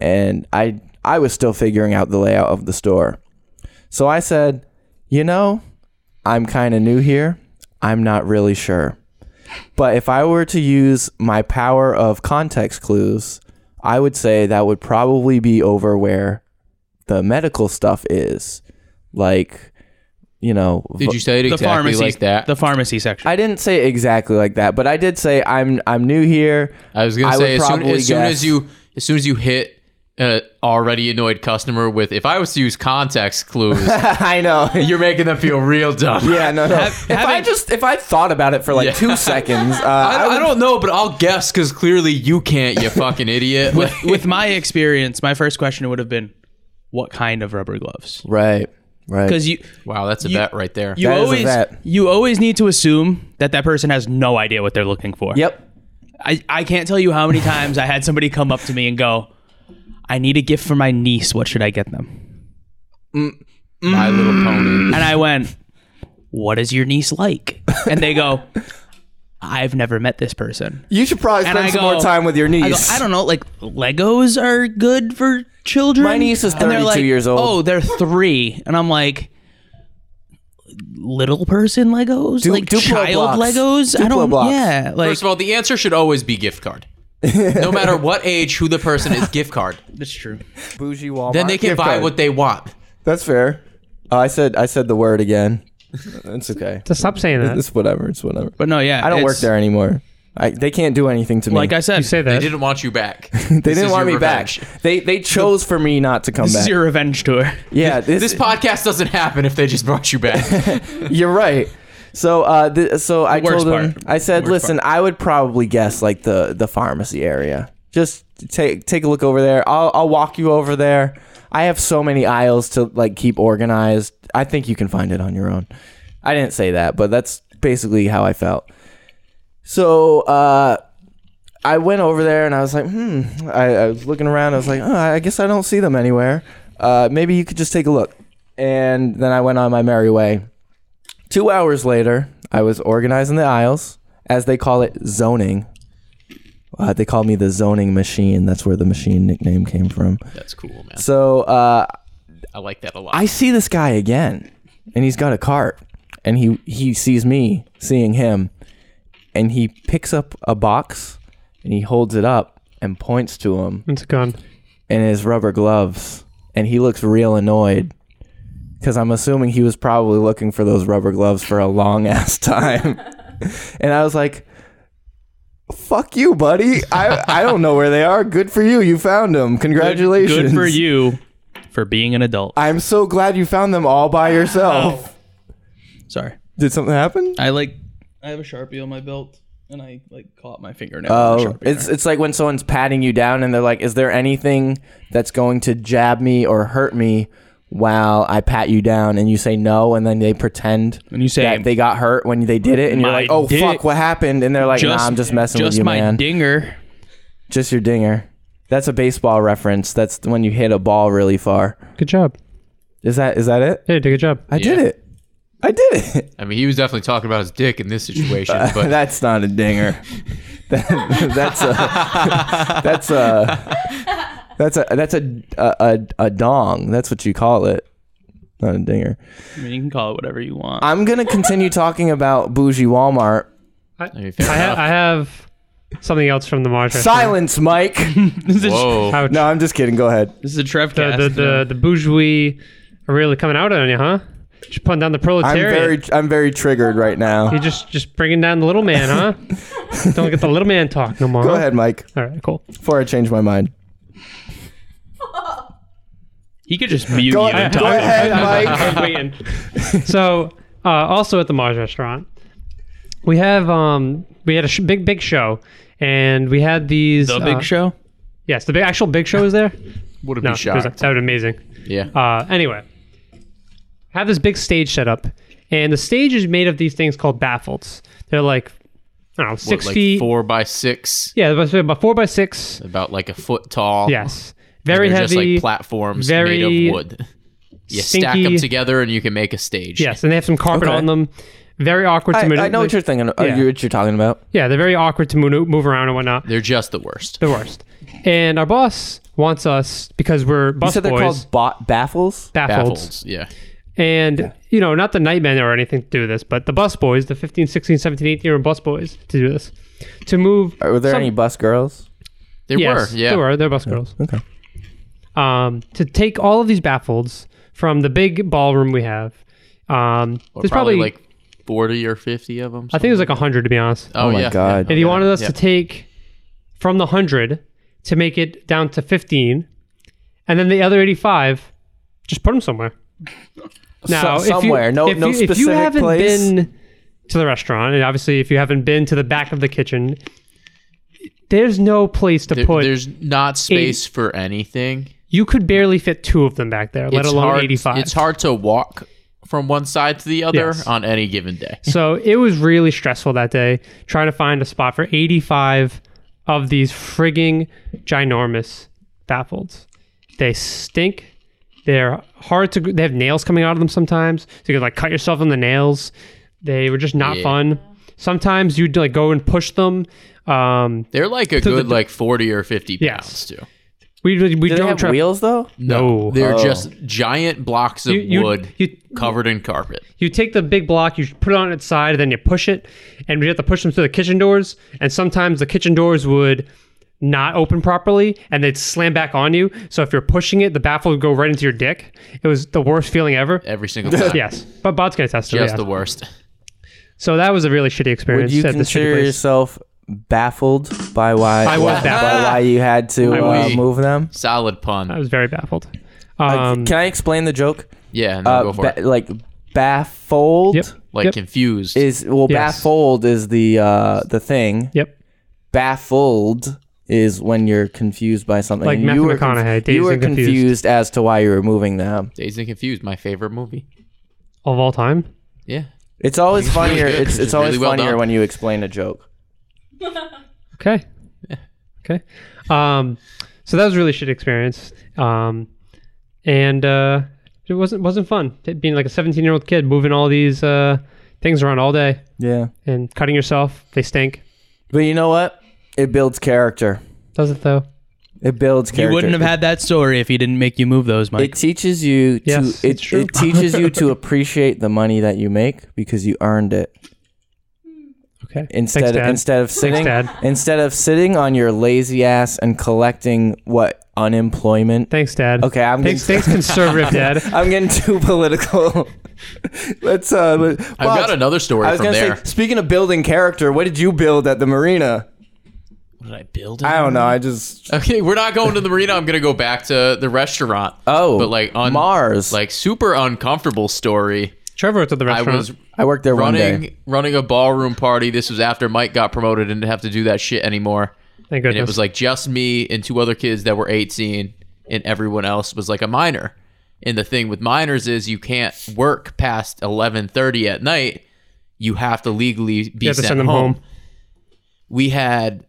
C: and I I was still figuring out the layout of the store. So I said, "You know, I'm kind of new here. I'm not really sure." But if I were to use my power of context clues, I would say that would probably be over where the medical stuff is. Like, you know,
A: Did you say it
D: the
A: exactly
D: pharmacy,
A: like that?
D: the pharmacy section.
C: I didn't say it exactly like that, but I did say I'm I'm new here.
A: I was gonna say
C: I would
A: as soon,
C: probably
A: as soon
C: guess-
A: as you as soon as you hit an already annoyed customer with if I was to use context clues,
C: I know.
A: you're making them feel real dumb.
C: yeah, no, no. if I
D: having-
C: just if I thought about it for like
A: Yeah.
C: two seconds,
A: I,
C: uh, I,
A: don't- I
C: would-
A: don't know, but I'll guess because clearly you can't, you fucking idiot. Like,
D: With my experience, my first question would have been, "What kind of rubber gloves?"
C: right, right.
D: Because you
A: wow, that's a
D: You-
A: bet right there.
D: you
C: That is a
D: always
C: vet.
D: you always need to assume that that person has no idea what they're looking for.
C: Yep.
D: I, I can't tell you how many times I had somebody come up to me and go, "I need a gift for my niece. What should I get them?"
A: My little
C: Mm.
A: pony.
D: And I went, "What is your niece like?" And they go, "I've never met this person."
C: You should probably
D: And
C: spend
D: I
C: some
D: go-
C: more time with your niece.
D: I, go, I don't know, like Legos are good for children.
C: My niece is
D: And they're
C: 32
D: like,
C: years old.
D: Oh, they're three, and I'm like, little person Legos,
C: Du-
D: like
C: Duplo
D: child
C: blocks.
D: Legos. I
C: Duplo
D: don't.
C: blocks.
D: Yeah, like
A: First of all, the answer should always be gift card. No matter what age, who the person is, gift card.
D: that's true.
C: Bougie Walmart.
A: Then they can
C: gift
A: buy
C: card.
A: what they want.
C: That's fair. Uh, I said I said the word again. It's okay.
E: Just stop saying that.
C: It's whatever. It's whatever.
D: But no, yeah,
C: I don't work
D: it's-
C: there anymore. I, they can't do anything to me.
D: Like I said,
E: You say
A: They
E: that.
A: didn't want you back.
C: they didn't want me back. They they chose for me not to come
D: this
C: back.
D: is your revenge tour.
C: yeah, this,
A: This podcast doesn't happen if they just brought you back.
C: you're right. So uh, th- so I
D: worst
C: told him.
D: part.
C: I said, listen, I would probably guess like the the pharmacy area. Just take take a look over there. I'll I'll walk you over there. I have so many aisles to like keep organized. I think you can find it on your own. I didn't say that, but that's basically how I felt. So uh, I went over there and I was like, hmm. I, I was looking around. I was like, oh, I guess I don't see them anywhere. Uh, maybe you could just take a look. And then I went on my merry way. Two hours later, I was organizing the aisles, as they call it zoning. Uh, they call me the zoning machine. That's where the machine nickname came from.
A: That's cool, man.
C: So uh,
A: I like that a lot.
C: I see this guy again, and he's got a cart, and he he sees me seeing him, and he picks up a box, and he holds it up and points to him
E: It's a gun.
C: in his rubber gloves, and he looks real annoyed. Because I'm assuming he was probably looking for those rubber gloves for a long ass time. and I was like, fuck you, buddy. I, I don't know where they are. Good for you. You found them. Congratulations.
D: Good for you for being an adult.
C: I'm so glad you found them all by yourself.
D: Sorry.
C: Did something happen?
D: I like I have a Sharpie on my belt and I like caught my fingernail. on the
C: Oh,
D: Sharpie
C: it's
D: there.
C: it's like when someone's patting you down and they're like, "Is there anything that's going to jab me or hurt me?" While I pat you down and you say no, and then they pretend
D: And you say,
C: that they got hurt when they did it, and you're
D: "My
C: like, "Oh
D: dick.
C: fuck, what happened?" And they're like, "Nah, I'm just messing
D: just
C: with you,
D: my
C: man.
D: dinger.
C: Just your dinger." That's a baseball reference. That's when you hit a ball really far.
E: Good job.
C: Is that is that it?
E: Hey, you did a good job.
C: I did
A: Yeah.
C: it. I did it.
A: I mean, he was definitely talking about his dick in this situation, but
C: that's not a dinger. That- that's a that's a that's a that's a, a a a dong. That's what you call it. Not a dinger.
D: I mean, you can call it whatever you want.
C: I'm gonna continue talking about bougie Walmart.
A: I mean, fair
E: I, ha-
A: enough.
E: I have something else from the March. I
C: Silence, Mike.
D: this, is,
A: Whoa.
E: Ouch.
C: No, I'm just kidding. Go ahead.
D: this is a
E: the,
D: Trevcast.
E: the, the, the bourgeois are really coming out on you, huh? Just putting down the
C: I'm
E: proletariat.
C: very I'm very triggered right now.
E: You're just, just bringing down the little man, huh? Don't get the little man talk no more.
C: Go
E: huh?
C: ahead, Mike.
E: All right, cool.
C: Before I change my mind.
D: he could just mute
C: Go,
D: you and
C: go
D: talk.
C: ahead, Mike.
E: I'm waiting. so, uh, also at the Mars restaurant, we have um, we had a sh- big big show, and we had these
D: The
E: uh,
D: Big Show.
E: Yes, the big actual big show is there.
A: would have
E: no,
A: been
E: it was-
A: shocked.
E: that would be amazing.
A: yeah.
E: Uh, anyway, have this big stage set up, and the stage is made of these things called baffles. They're like, I don't know,
A: What,
E: six
A: like
E: feet.
A: four by six,
E: Yeah, about- about four by six.
A: about like a foot tall.
E: Yes,
A: And
E: very
A: they're
E: heavy.
A: just like platforms made
E: very
A: of wood. You stack them
E: stinky-
A: together and you can make a stage.
E: yes, and they have some carpet
C: Okay.
E: on them. Very awkward
C: I,
E: to move.
C: I know what you're thinking. uh,
E: Yeah.
C: you- what you're talking about.
E: Yeah, they're very awkward to move, move around and whatnot.
A: They're just the worst.
E: The worst. And our boss wants us because we're
C: You
E: bus
C: said they're
E: boys.
C: called bot baffles.
E: Baffled.
A: Baffles. Yeah.
E: And, you know, not the nightmen or anything to do this, but the bus boys, the 15, 16, 17, 18 year old bus boys to do this. To move.
C: Were there
E: some-
C: any bus girls?
A: They
E: yes,
A: were. Yeah.
E: They were. They're bus girls.
C: Okay.
E: Um, to take all of these baffles from the big ballroom we have. Um,
A: Or
E: there's
A: probably,
E: probably,
A: like 40 or 50 of them.
E: I think it was like 100, to be honest.
A: Oh,
C: my
A: yeah.
C: God.
E: And he wanted us
A: Yeah.
E: to take from the 100 to make it down to 15. And then the other 85, just put them somewhere. Now, if you-
C: somewhere. No-
E: if
C: no
E: you, If you
C: specific
E: haven't
C: place?
E: been to the restaurant, and obviously if you haven't been to the back of the kitchen, there's no place to
A: There-
E: put.
A: there's not space for anything.
E: You could barely fit two of them back there, let
A: It's
E: alone
A: hard,
E: 85.
A: It's hard to walk from one side to the other
E: Yes.
A: on any given day.
E: So it was really stressful that day trying to find a spot for 85 of these frigging ginormous baffles. They stink. They're hard to. They have nails coming out of them sometimes. So you could like cut yourself on the nails. They were just not
A: Yeah.
E: fun. Sometimes you'd like go and push them. Um,
A: They're like a good like 40 or 50
E: Yes.
A: pounds too.
E: we we, we
C: Do they
E: don't
C: have
E: try.
C: wheels though?
E: No.
A: They're
C: Oh.
A: just giant blocks of
E: You, you,
A: wood
E: you
A: covered in carpet.
E: you take the big block, you put it on its side, then you push it, and we have to push them through the kitchen doors. And sometimes the kitchen doors would not open properly, and they'd slam back on you. So if you're pushing it, the baffle would go right into your dick. It was the worst feeling ever.
A: Every single time.
E: Yes, but Bob's gonna test it.
A: Just
E: Yeah.
A: the worst.
E: So that was a really
C: Would
E: shitty experience.
C: you
E: at this shitty
C: consider
E: place.
C: yourself baffled by why
E: I was
C: by
E: baffled.
C: why you had to
E: I
C: uh,
A: was.
C: move them?
A: Solid pun.
E: I was very baffled.
C: Uh,
E: Um,
C: Can I explain the joke?
A: yeah, no,
C: Uh,
A: go for
C: ba-
A: it.
C: Like baffled
E: yep.
A: Like
E: yep.
A: confused.
C: is well,
E: Yes.
C: baffled is the uh, the thing.
E: Yep.
C: Baffled is when you're confused by something.
E: Like
C: And
E: Matthew
C: you were conf-
E: McConaughey, dazed
C: you were
E: and confused.
C: confused as to why you were moving them.
A: Dazed and Confused, my favorite movie.
E: Of all time.
A: Yeah.
C: It's always funnier.
A: good.
C: It's
A: It's
C: it's always
A: really well
C: funnier
A: done.
C: when you explain a joke.
E: Okay. Okay. Um, so that was a really shit experience. Um, and uh, it wasn't wasn't fun It being like a 17 year old kid moving all these uh, things around all day
C: Yeah.
E: and cutting yourself. They stink.
C: But you know what? It builds character.
E: Does it though?
C: It builds character.
D: You wouldn't have had that story if he didn't make you move those,
C: It
D: Mike.
C: teaches you to.
E: Yes, it's
C: it,
E: true.
C: it teaches you to appreciate the money that you make because you earned it.
E: Okay.
C: Instead,
E: Thanks, Dad.
C: instead of sitting,
E: Dad.
C: instead of sitting on your lazy ass and collecting what unemployment.
E: Thanks, Dad.
C: Okay, I'm
E: Thanks,
C: getting,
E: thanks, conservative dad.
C: I'm getting too political. let's. Uh, let,
A: I've got another story
C: I was
A: from
C: gonna
A: there.
C: say, speaking of building character, what did you build at the marina?
A: what did I build?
C: I don't know. I just
A: Okay, we're not going to the marina. I'm gonna go back to the restaurant.
C: oh,
A: but like on
C: Mars,
A: like super uncomfortable story.
E: Trevor went to the
A: I
E: restaurant.
A: was
C: I worked there one day.
A: running running a ballroom party. This was after Mike got promoted and didn't have to do that shit anymore.
E: Thank
A: And
E: goodness.
A: it was like just me and two other kids that were 18, and everyone else was like a minor. And the thing with minors is you can't work past 11:30 at night. You have to legally be
E: you have to
A: sent
E: send them
A: home.
E: home.
A: We had,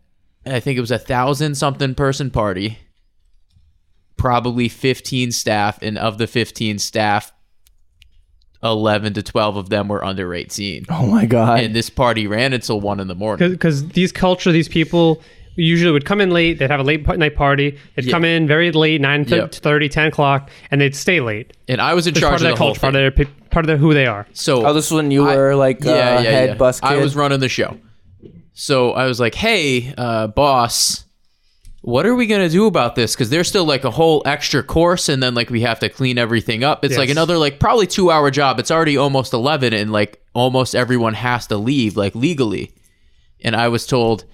A: I think it was a thousand something person party. Probably 15 staff, and of the 15 staff, 11 to 12 of them were under 18.
C: Oh my god!
A: And this party ran until one in the morning.
E: because these culture, these people usually would come in late. They'd have a late pa- night party. They'd come in very late, nine thir-
A: Yep.
E: 30, 10 o'clock, and they'd stay late.
A: And I was in
E: It's
A: charge of
E: part of
A: the
E: their
A: whole
E: culture, part
A: thing.
E: of their, pe- part of their who they are.
A: So
C: oh, this was when you
A: I-
C: were like uh, head bus kid.
A: I was running the show. So I was like, hey, uh, boss, what are we going to do about this? Because there's still like a whole extra course and then like we have to clean everything up. It's like
E: Yes.
A: another like probably two hour job. It's already almost 11 and like almost everyone has to leave like legally. And I was told,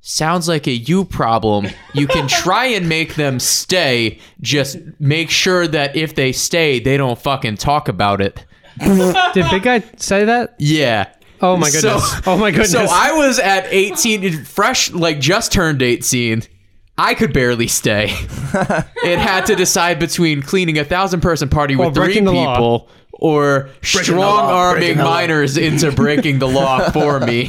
A: sounds like a you problem. You can try and make them stay. Just make sure that if they stay, they don't fucking talk about it.
E: Did Big Guy say that?
A: Yeah.
E: Oh my goodness. oh my goodness.
A: So I was at 18, fresh, like just turned 18. I could barely stay. it had to decide between cleaning a thousand person party with three
E: breaking the law.
A: people or strong arming
C: breaking the law.
A: minors into breaking the law for me,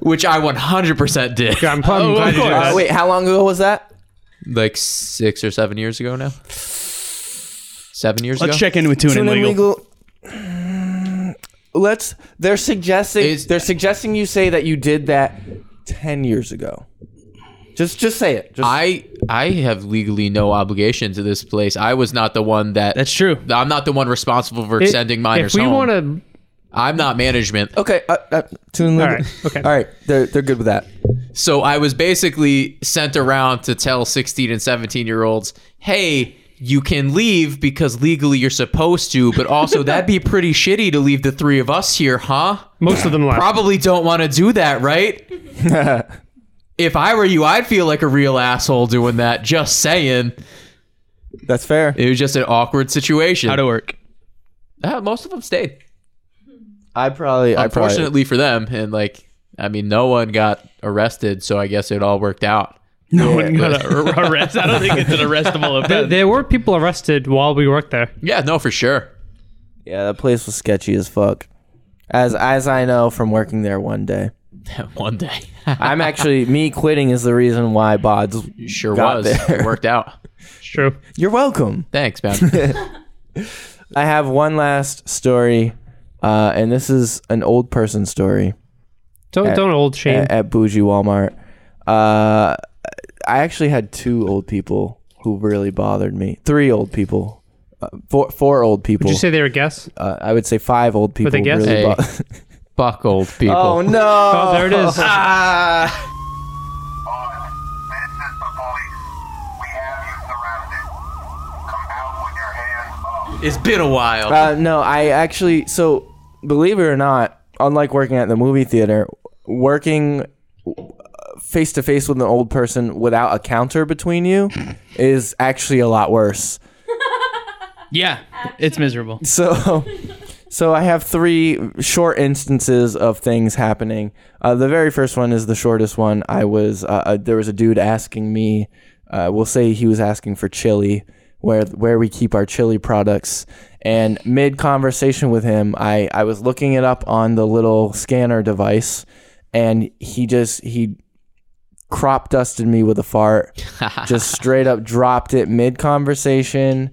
A: which I 100% did.
E: Yeah, I'm glad- I'm
A: of
E: glad you did
A: course.
E: that.
C: Uh, wait, how long ago was that?
A: Like six or seven years ago now? Seven years
D: Let's
A: ago?
D: check in with Tune,
C: Tune
D: in
C: in
D: Legal.
C: legal. Let's. They're suggesting.
A: Is-
C: they're suggesting you say that you did that ten years ago. Just, just say it. Just,
A: I I have legally no obligation to this place. I was not the one that.
D: That's true.
A: I'm not the one responsible for
E: It-
A: sending minors
E: If we
A: home.
E: want to,
A: I'm not management.
C: okay. Uh, uh, tune in legal.
E: All right, okay.
C: All right. They're they're good with that.
A: So I was basically sent around to tell 16 and 17 year olds, hey, you can leave because legally you're supposed to, but also that'd be pretty shitty to leave the three of us here, huh?
E: most of them left.
A: Probably don't want to do that, right? if I were you, I'd feel like a real asshole doing that. Just saying.
C: That's fair.
A: It was just an awkward situation.
D: How to work.
A: Ah, most of them stayed.
C: I probably. I probably.
A: Unfortunately for them. And like, I mean, no one got arrested, so I guess it all worked out.
D: No one got a- arrest. I don't think it's an arrestable
E: There,
D: offense.
E: there were people arrested while we worked there.
A: Yeah, no, for sure.
C: Yeah, that place was sketchy as fuck. As as I know from working there one day.
A: One day.
C: I'm actually me quitting is the reason why Bod's
A: Sure
C: got
A: was.
C: there.
A: It worked out.
E: It's true.
C: You're welcome.
A: Thanks, man.
C: I have one last story, uh, and this is an old person story
E: Don't
A: Eh,
C: Uh,
E: don't old
C: a-
E: shame.
C: at, Bougie Walmart. Uh, I actually had two old people who really bothered me. Three old people, uh, four four old people.
E: Did you say they were guests?
A: Oh,
C: uh, I would say five old people.
E: they guess?
C: really
A: Hey.
C: bo-
A: Fuck old people.
C: oh no!
E: Oh, there it is.
A: Ah.
F: This is the police. We have you surrounded. Come out with your hands up.
A: It's been a while.
C: Oh. Uh, no, I actually. So, believe it or not, unlike working at the movie theater, working face to face with an old person without a counter between you is actually a lot worse.
D: Yeah, it's miserable.
C: So, so I have three short instances of things happening. Uh, the very first one is the shortest one. I was uh, uh, there was a dude asking me. Uh, we'll say he was asking for chili, where where we keep our chili products. And mid conversation with him, I I was looking it up on the little scanner device, and he just he crop dusted me with a fart. just straight up dropped it mid conversation.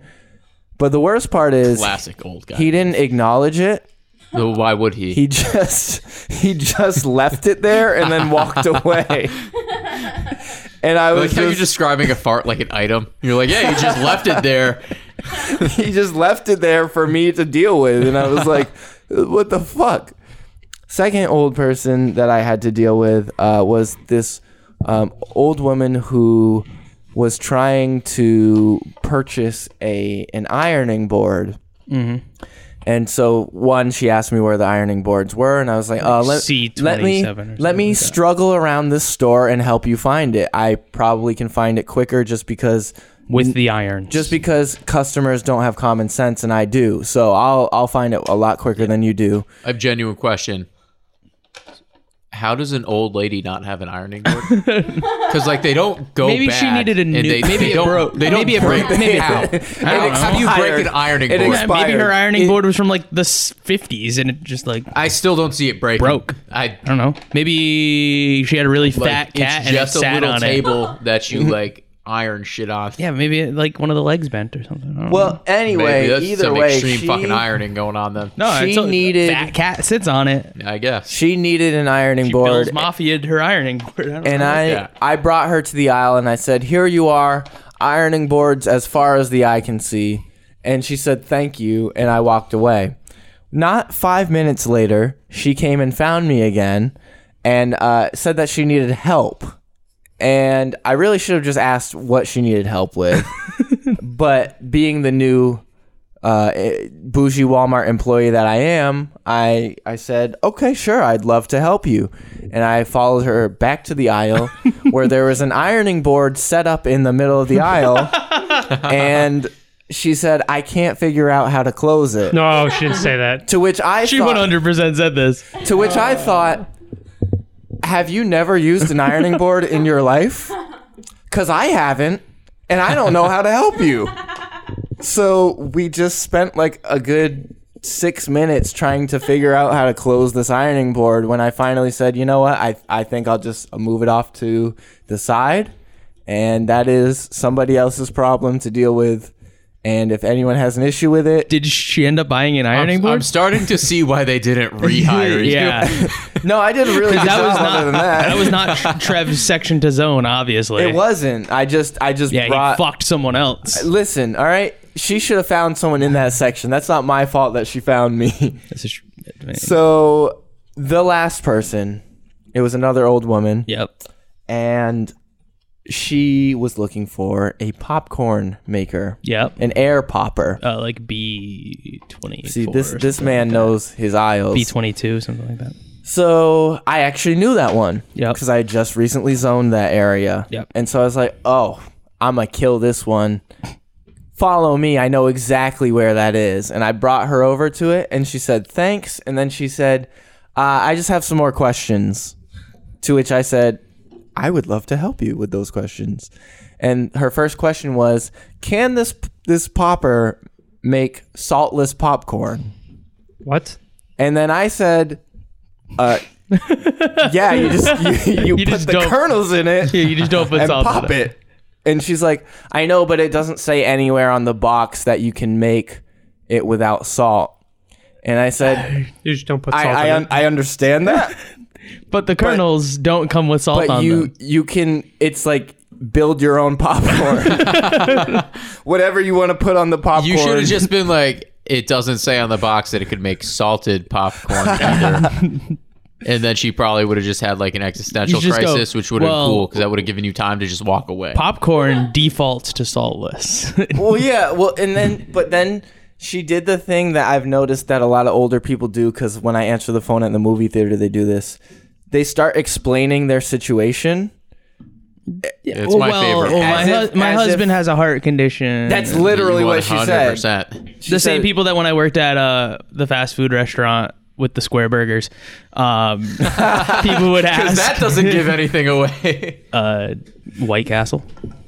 C: But the worst part is
A: Classic old guy.
C: he didn't acknowledge it.
A: No, why would he?
C: He just he just left it there and then walked away. And I
A: Like
C: was
A: how you're
C: just,
A: describing a fart like an item. You're like, yeah, you just left it there.
C: he just left it there for me to deal with, and I was like, what the fuck? Second old person that I had to deal with uh, was this um, old woman who was trying to purchase a an ironing board.
D: Mm-hmm.
C: And so one, she asked me where the ironing boards were, and I was like, uh, let,
D: C27
C: let me
D: or something
C: let me
D: like that.
C: struggle around this store and help you find it. I probably can find it quicker just because
D: with the iron.
C: just because customers don't have common sense and I do. So I'll I'll find it a lot quicker than you do.
A: I have a genuine question. How does an old lady not have an ironing board? Because like they don't go.
D: Maybe she
A: bad,
D: needed a
A: and
D: new-
A: They,
D: maybe
A: they
D: it
A: don't,
D: broke.
A: They don't
D: Maybe it
A: break.
D: broke. Maybe it
A: how?
D: broke.
A: How?
C: It
A: How do you break an ironing
C: It
A: board?
C: expired.
D: maybe her ironing
C: It-
D: board was from like the s- 50s and it just like I
A: I still don't see it break.
D: Broke.
A: I
D: don't know. Maybe she had a really fat cat
A: it's
D: and
A: just
D: it
A: a
D: sat
A: little
D: on it.
A: table that you like iron shit off.
D: Yeah, maybe it, like one of the legs bent or something. I don't know.
C: Well, anyway,
A: Maybe that's
C: either
A: some
C: way,
A: extreme
C: she,
A: fucking ironing going on then.
D: no,
C: she
D: it's a-
C: needed-
D: fat cat sits on it.
A: I guess.
C: she needed an ironing
D: She
C: board,
D: Bill's mafia her ironing board. I don't
C: and
D: know.
C: I
A: Yeah.
C: I brought her to the aisle and I said, "Here you are, ironing boards as far as the eye can see." And she said, "Thank you," and I walked away. Not five minutes later, she came and found me again, and uh, said that she needed help. And I really should have just asked what she needed help with. but being the new uh, eh, bougie Walmart employee that I am, I I said, okay, sure, I'd love to help you, and I followed her back to the aisle where there was an ironing board set up in the middle of the aisle, and she said, I can't figure out how to close it.
E: No, she didn't say that.
C: To which I
D: she
C: thought,
D: 100% said this.
C: to which I thought, have you never used an ironing board in your life? Because I haven't, and I don't know how to help you. So we just spent like a good six minutes trying to figure out how to close this ironing board when I finally said, you know what, I, I think I'll just move it off to the side. And that is somebody else's problem to deal with. And if anyone has an issue with it,
D: Did she end up buying an ironing
A: I'm,
D: board?
A: I'm starting to see why they didn't rehire you.
D: yeah,
C: no, I did a really good
D: that
C: job
D: was
C: other
D: not
C: than that.
D: that was not Trev's section to zone. Obviously,
C: It wasn't. I just I just
D: Yeah,
C: brought.
D: he fucked someone else.
C: Listen, all right. She should have found someone in that section. That's not my fault that she found me.
D: This is-
C: so the last person, it was another old woman,
D: yep.
C: and she was looking for a popcorn maker,
D: Yep.
C: an air popper.
D: uh, like B twenty.
C: See, this this man knows his aisles.
D: B twenty two, something like that.
C: So I actually knew that one.
D: Yep.
C: Because I had just recently zoned that area.
D: Yep.
C: And so I was like, oh, I'm going to kill this one. Follow me. I know exactly where that is. And I brought her over to it and she said, thanks. And then she said, uh, I just have some more questions. To which I said, I would love to help you with those questions. And her first question was, can this this popper make saltless popcorn?
E: What?
C: And then I said, uh, yeah, you just you, you, put
D: just
C: the
D: don't-
C: kernels in it
D: Yeah, you just don't put
C: and
D: salt
C: pop
D: in it.
C: it. And she's like, I know, but it doesn't say anywhere on the box that you can make it without salt. And I said,
E: You just don't put
C: I
E: salt
C: I,
E: on
C: un-
E: it.
C: I understand that,
D: But the kernels don't come with salt
C: but
D: on
C: you
D: them.
C: you can. It's like build your own popcorn, whatever you want to put on the popcorn.
A: You should have just been like, it doesn't say on the box that it could make salted popcorn either. and then she probably would have just had like an existential
D: You just go,
A: crisis, which would have
D: "Well-
A: been cool because that would have given you time to just walk away.
D: Popcorn defaults to saltless.
C: Well, yeah. Well, and then, but then she did the thing that I've noticed that a lot of older people do because when I answer the phone at the movie theater, they do this. They start explaining their situation.
A: it's my favorite.
D: Oh, Well, my,
C: As if-
D: hu- my
C: as if-
D: husband has a heart condition.
C: That's literally what she said.
A: 100%.
C: She
D: the
C: said-
D: same people that when I worked at uh, the fast food restaurant with the square burgers, um, people would ask.
A: Because that doesn't give anything away.
D: uh, White Castle,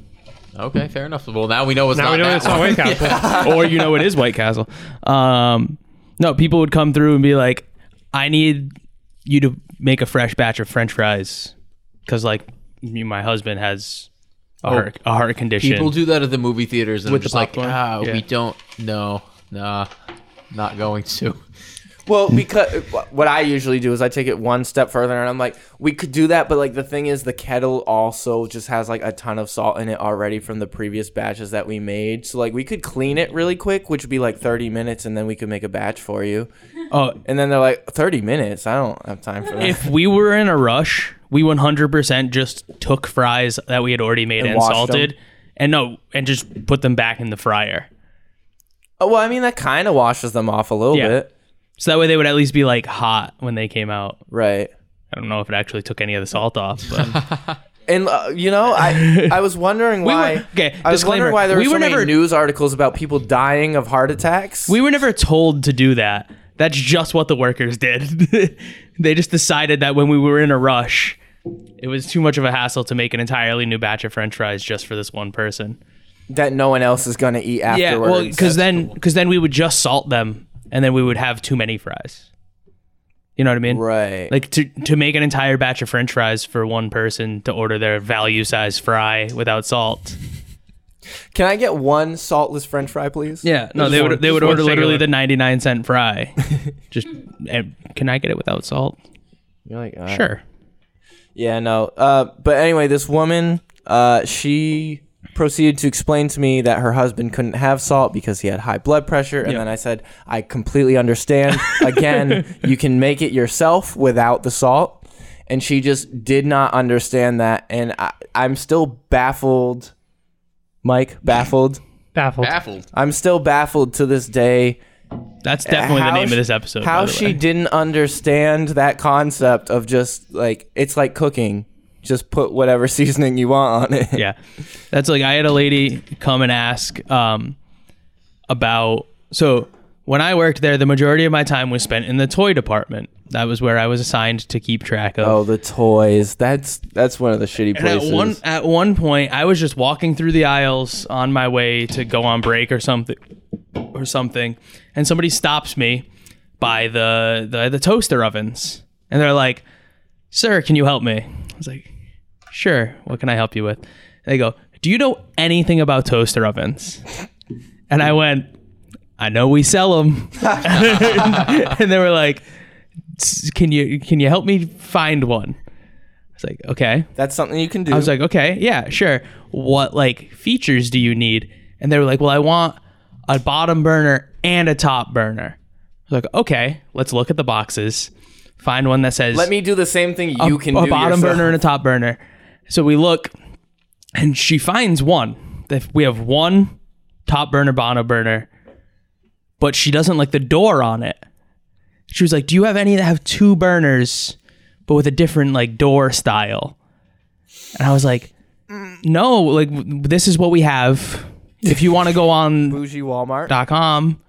A: okay, fair enough. Well, now we know it's
E: Now
A: not
E: we know
A: that
E: it's not
A: one.
E: White Castle.
D: or you know it is White Castle. Um, no, people would come through and be like, "I need you to make a fresh batch of French fries," because like me, my husband has
C: Oh.
D: a, heart, a heart condition.
A: People do that at the movie theaters, and
D: With
A: with
D: the
A: just like,
D: popcorn?
A: ah,
D: Yeah.
A: we don't know. Nah, not going to.
C: Well, because what I usually do is I take it one step further and I'm like, we could do that, but like the thing is, the kettle also just has like a ton of salt in it already from the previous batches that we made. So like we could clean it really quick, which would be like 30 minutes, and then we could make a batch for you.
D: Oh,
C: And then they're like, 30 minutes? I don't have time for that.
D: if we were in a rush, we 100% just took fries that we had already made
C: And
D: and,
C: washed
D: salted,
C: them.
D: and no, and just put them back in the fryer.
C: Oh, well, I mean that kind of washes them off a little
D: Yeah.
C: bit,
D: So that way they would at least be like hot when they came out.
C: right?
D: I don't know if it actually took any of the salt off, but
C: And uh, you know, I I was wondering
D: were-
C: why.
D: okay,
C: I was
D: disclaimer.
C: wondering why there were
D: We
C: so
D: were
C: many
D: never-
C: news articles about people dying of heart attacks.
D: we were never told to do that. That's just what the workers did. they just decided that when we were in a rush, it was too much of a hassle to make an entirely new batch of french fries just for this one person.
C: that no one else is going to eat
D: Yeah,
C: afterwards.
D: well, because then because then we would just salt them, and then we would have too many fries. You know what I mean?
C: right.
D: Like to to make an entire batch of French fries for one person to order their value size fry without salt.
C: Can I get one saltless French fry, please?
D: Yeah, no, they
E: one-
D: would they
E: just
D: would
E: one
D: order literally
E: singular.
D: the ninety nine cent fry. just and can I get it without salt?
C: You're like, uh,
D: Sure.
C: Yeah, no. Uh, but anyway, this woman, uh, she proceeded to explain to me that her husband couldn't have salt because he had high blood pressure, and then I said, I completely understand. Again, you can make it yourself without the salt, and she just did not understand that, and I, I'm still baffled. Mike, baffled.
E: Baffled.
A: Baffled.
C: I'm still baffled to this day.
D: That's definitely the
C: how
D: name
C: she-
D: of this episode.
C: How
D: by the
C: she
D: way.
C: didn't understand that concept of just like it's like cooking, just put whatever seasoning you want on it.
D: yeah that's like i had a lady come and ask um about so when i worked there the majority of my time was spent in the toy department that was where i was assigned to keep track of
C: Oh, the toys. That's that's one of the shitty
D: and at
C: places.
D: one at one point i was just walking through the aisles on my way to go on break or something or something and somebody stops me by the the, the toaster ovens and they're like sir can you help me i was like sure what can i help you with they go do you know anything about toaster ovens and i went i know we sell them and they were like "S- can you can you help me find one i was like okay
C: that's something you can do.
D: I was like, okay, yeah, sure. What like features do you need? And they were like, well, I want a bottom burner and a top burner. I was like, okay, let's look at the boxes, find one that says
C: let me do the same thing you
D: a,
C: can
D: a
C: do.
D: bottom
C: yourself.
D: burner and a top burner. So we look, and she finds one. If We have one top burner, bottom burner, but she doesn't like the door on it. She was like, "Do you have any that have two burners, but with a different like door style?" And I was like, "No, like w- this is what we have. If you want to go on
C: Bougie Walmart.
D: dot .com,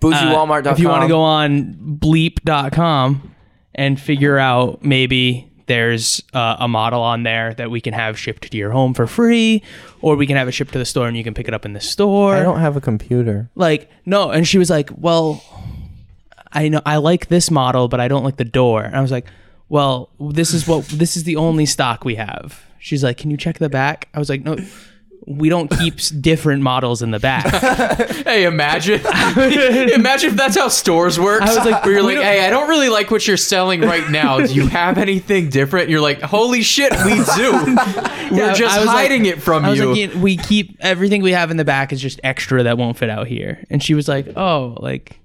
C: Bougie
D: uh,
C: Walmart.
D: If you want to go on bleep.com and figure out maybe there's uh, a model on there that we can have shipped to your home for free, or we can have it shipped to the store and you can pick it up in the store.
C: I don't have a computer.
D: like, no. And she was like, well, I know I like this model, but I don't like the door. And I was like, well, this is what this is the only stock we have. She's like, can you check the back? I was like, no. We don't keep s- different models in the back.
A: Hey, imagine, imagine if that's how stores work.
D: I was like,
A: where you're
D: we
A: like,
D: don't-
A: hey, I don't really like what you're selling right now. Do you have anything different? And you're like, holy shit, we do. We're
D: I-
A: just
D: I was like-
A: hiding it from
D: I was
A: you.
D: like, "Yeah, we keep everything we have in the back is just extra that won't fit out here. And she was like, oh, like,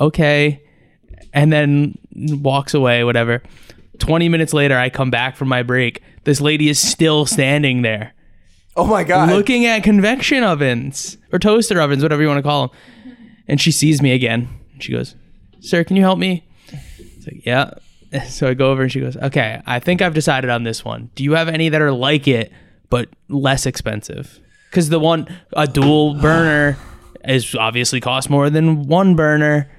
D: okay. And then walks away, whatever. 20 minutes later, I come back from my break. This lady is still standing there
C: Oh my god.
D: looking at convection ovens or toaster ovens, whatever you want to call them. And she sees me again. She goes, Sir, can you help me? It's like, Yeah. So I go over and she goes, Okay, I think I've decided on this one. Do you have any that are like it, but less expensive? Because the one, a dual burner is obviously cost more than one burner.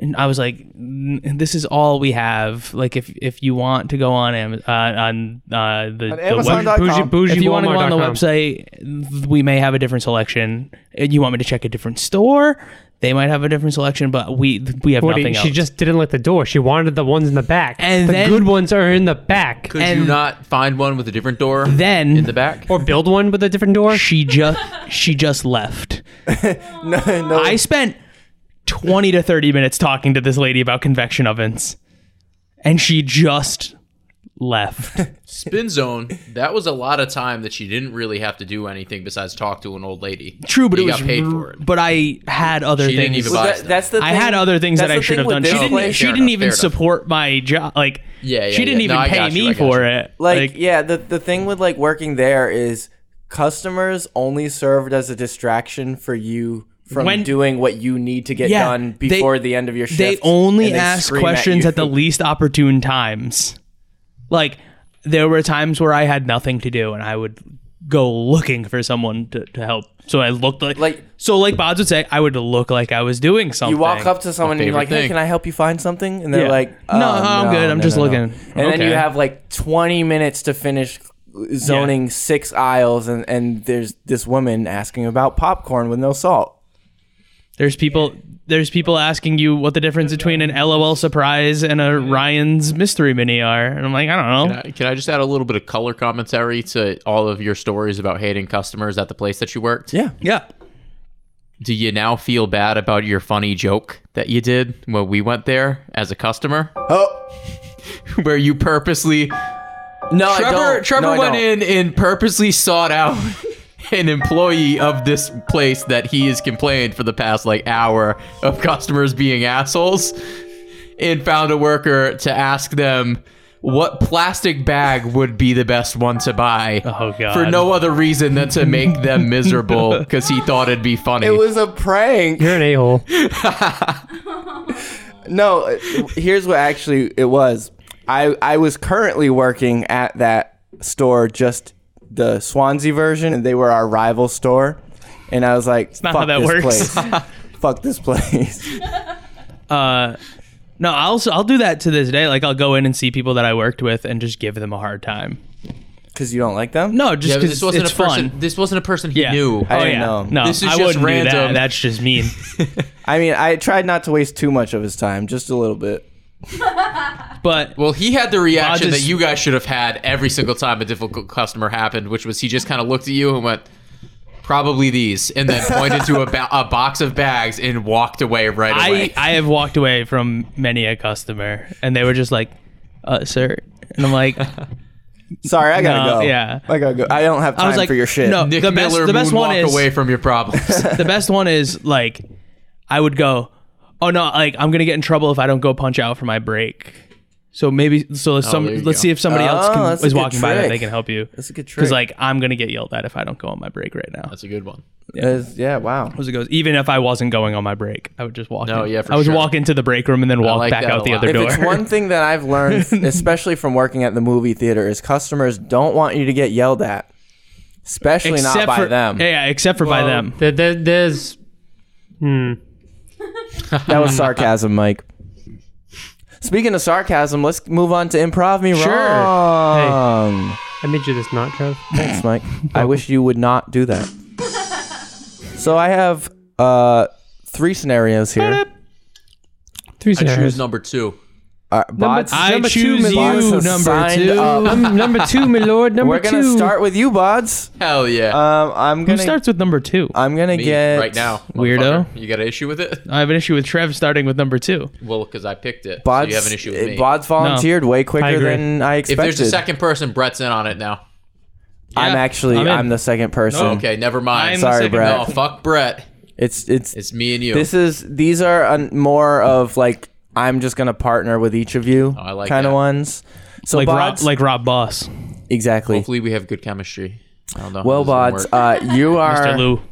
D: And I was like, "N- "This is all we have. Like, if if you want to go on Am- uh, on uh, the, the web-
C: Amazon.com.
E: Bougie, bougie
D: if you want
E: Walmart.
D: to go on the
E: dot com.
D: website, we may have a different selection. Uh, You want me to check a different store? They might have a different selection, but we we have
E: What do you-
D: nothing
E: she
D: else.
E: just didn't like the door. She wanted the ones in the back.
D: And
E: the
D: then-
E: good ones are in the back.
A: Could you
D: and-
A: not find one with a different door
D: then
A: in the back?
E: Or build one with a different door.
D: she just she just left.
C: no, no.
D: I spent 20 to 30 minutes talking to this lady about convection ovens. And she just left.
A: Spin zone. That was a lot of time that she didn't really have to do anything besides talk to an old lady.
D: True, but
A: You
D: it
A: got
D: was
A: paid
D: r-
A: for it.
D: But I had other
A: She didn't
D: things.
A: even
D: Well,
A: buy
D: that-
A: it.
C: that's the.
D: I
C: thing-
D: had other things
C: that's
D: that I
C: the
D: should
C: thing
D: have
C: with
D: done.
C: this
D: She didn't,
C: place.
D: she
A: Fair
D: didn't
A: enough,
D: even
A: fair enough.
D: support my job. Like,
A: Yeah, yeah,
D: she didn't
A: yeah.
D: even
A: No, I
D: pay
A: got you, I
D: me
A: got
D: for
A: you.
D: it.
C: like yeah the, the thing with like working there is customers only served as a distraction for you from
D: When-
C: doing what you need to get
D: Yeah,
C: done
D: they-
C: before the end of your shift
D: they only
C: and they
D: ask
C: scream
D: questions
C: you.
D: at, the least opportune times. Like there were times where I had nothing to do and I would go looking for someone to, to help. So I looked like,
C: Like-
D: so like Bob's would say, I would look like I was doing something.
C: you walk up to someone and you're
A: favorite
C: like hey
A: thing.
C: can i help you find something and they're
D: Yeah.
C: like
D: No,
C: "Um,
D: I'm
C: no,
D: good. I'm
C: no,
D: just
C: no, no."
D: looking.
C: and then you
D: Okay.
C: have like 20 minutes to finish zoning six aisles and and there's this woman asking about popcorn with no salt
D: There's people there's people asking you what the difference between an LOL surprise and a
C: Mm-hmm.
D: Ryan's mystery mini are. And I'm like, I don't know.
A: Can I, can I just add a little bit of color commentary to all of your stories about hating customers at the place that you worked?
C: yeah
D: yeah.
A: Do you now feel bad about your funny joke that you did when we went there as a customer,
C: oh
A: where you purposely
C: no I
A: Trevor
C: don't.
A: Trevor
C: No, I
A: went in
C: don't.
A: and purposely sought out an employee of this place that he has complained for the past like hour of customers being assholes and found a worker to ask them what plastic bag would be the best one to buy
D: Oh, God.
A: for no other reason than to make them miserable because he thought it'd be funny
C: it was a prank
E: You're an a hole.
C: No, uh, here's what actually it was. I I was currently working at that store, just the Swansea version, and they were our rival store. And I was like,
D: not
C: "Fuck
D: how that
C: this
D: works."
C: place! Fuck this place!"
D: Uh no, I'll I'll do that to this day. Like I'll go in and see people that I worked with and just give them a hard time.
C: Because you don't like them.
D: No, just
A: Yeah, but
D: because
A: this wasn't
D: it's
A: a person
D: fun.
A: this wasn't a person he
D: Yeah.
A: knew
C: I
D: oh
C: didn't
D: yeah,
C: know.
D: no,
A: This is
D: I
A: just
D: wouldn't do that.
A: random.
D: That's just mean.
C: I mean, I tried not to waste too much of his time, just a little bit.
D: But
A: Well, he had the reaction
D: Rogers-
A: that you guys should have had every single time a difficult customer happened, which was he just kind of looked at you and went, "Probably these," and then pointed to a, ba- a box of bags and walked away right
D: I
A: away.
D: I have walked away from many a customer, and they were just like, uh, "Sir," and I'm like,
C: Sorry, I gotta
D: No,
C: go.
D: yeah.
C: I gotta go. I don't have time
D: I was like,
C: for your shit.
D: No,
A: Nick
D: the best
A: Miller
D: the best one
A: moonwalk
D: is
A: away from your problems.
D: the best one is like, I would go, "Oh no, like I'm gonna get in trouble if I don't go punch out for my break." So maybe so some
A: there you
D: let's
A: go.
D: see if somebody else
C: Oh,
D: can,
C: that's a
D: is
C: good
D: walking by that
C: trick.
D: they can help you.
C: That's a good trick.
D: Because like I'm gonna get yelled at if I don't go on my break right now.
A: That's a good one.
C: It's- yeah, wow.
D: As it goes, even if I wasn't going on my break, I would just walk.
A: No,
D: in.
A: yeah, for
D: I would
A: sure.
D: walk into the break room and then walk
A: like
D: back
A: that
D: out
A: a
D: the
A: lot.
D: other
C: If
D: door.
C: it's one thing that I've learned, especially from working at the movie theater, is customers don't want you to get yelled at, especially not by
D: for
C: them.
D: Yeah, except for by them.
E: There, there, there's hmm.
C: That was sarcasm, Mike. Speaking of sarcasm, let's move on to improv me
E: Sure.
C: wrong.
E: I made you this not, Trev.
C: Thanks, Mike. I wish you would not do that. So I have uh, three scenarios here.
E: Three
A: I choose
E: scenarios.
A: number two.
C: Uh, bots,
D: I
E: Number two,
D: choose
E: Miss
C: bots
D: you,
C: have
D: number
C: signed
D: two.
C: up.
E: Num- number two, my lord. Number
C: We're gonna
E: two.
C: start with you, Bods.
A: Hell yeah!
C: Um, I'm
D: Who
C: gonna.
D: starts with number two?
C: I'm gonna
A: Me,
C: get
A: right now,
D: Weirdo.
A: motherfucker. You got an issue with it?
D: I have an issue with Trev starting with number two.
A: Well, because I picked it.
C: Bods,
A: so you have an issue with me.
C: Bods volunteered way
D: I
C: quicker
D: agree.
C: than
A: if
C: I eh, expected.
A: there's a second person, Brett's in on it now.
C: I'm
D: Yeah,
C: actually
D: I'm
C: I'm,
D: in.
C: the second person.
D: No,
A: Oh, Okay, never mind.
D: I'm
C: Hmm. Sorry,
D: the second
C: Brad.
A: No, fuck Brett.
C: It's it's
A: It's me and you.
C: this is these are un, more of like I'm just gonna partner with each of you
A: Oh, I like
C: kind of
A: that.
C: ones. So
D: Like Rob,
C: Bods,
D: like Rob Boss,
C: exactly.
A: Hopefully, we have good chemistry. I don't know how
C: Well,
A: this is gonna
C: Bods,
A: work.
C: uh, you
D: Mr.
C: are
D: Lou.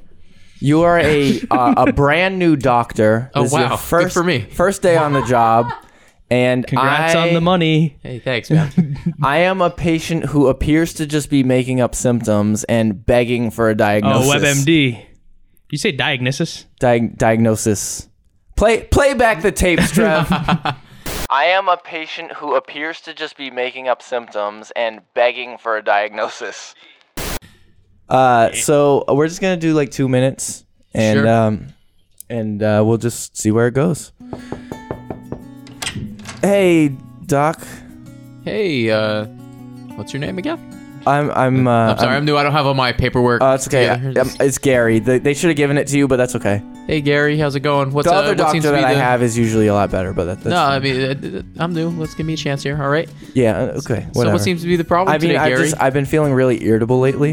C: you are a uh, a brand new doctor.
A: Oh,
C: This is your
A: wow. Good
C: first
A: for me.
C: First day on the job, and
D: Congrats
C: I,
D: on the money.
A: hey, thanks, man.
C: I am a patient who appears to just be making up symptoms and begging for a
D: Oh,
C: diagnosis.
D: WebMD. You say diagnosis?
C: Diag- diagnosis. Play play back the tapes, Trev. I am a patient who appears to just be making up symptoms and begging for a diagnosis. Uh, so we're just gonna do like two minutes, and
A: Sure.
C: um, and uh, we'll just see where it goes. Hey, Doc.
A: Hey, uh, what's your name again?
C: I'm I'm. Uh,
A: I'm sorry, I'm, new. I don't have all my paperwork.
C: Oh, it's okay.
A: together.
C: Um, it's Gary. They, they should have given it to you, but that's okay.
A: Hey Gary, how's it going? What's
C: The
A: uh,
C: other
A: what
C: doctor
A: seems to
C: that
A: be
C: I
A: the-
C: have is usually a lot better, but that, that's
A: No, I mean uh, uh, I'm new. Let's give me a chance here. All right.
C: yeah, uh, okay,
A: So
C: whatever.
A: what seems to be the problem
C: I mean,
A: today,
C: I've,
A: Gary?
C: just, I've been feeling really irritable lately.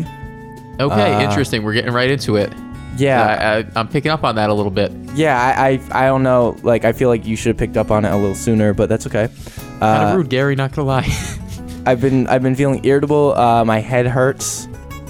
A: okay,
C: uh,
A: interesting. We're getting right into it.
C: Yeah,
A: I, I, I'm picking up on that a little bit.
C: yeah, I, I, I don't know. Like, I feel like you should have picked up on it a little sooner, but that's okay.
A: Kind of
C: Uh,
A: rude, Gary. Not gonna lie.
C: I've been, I've been feeling irritable. Uh, my head hurts.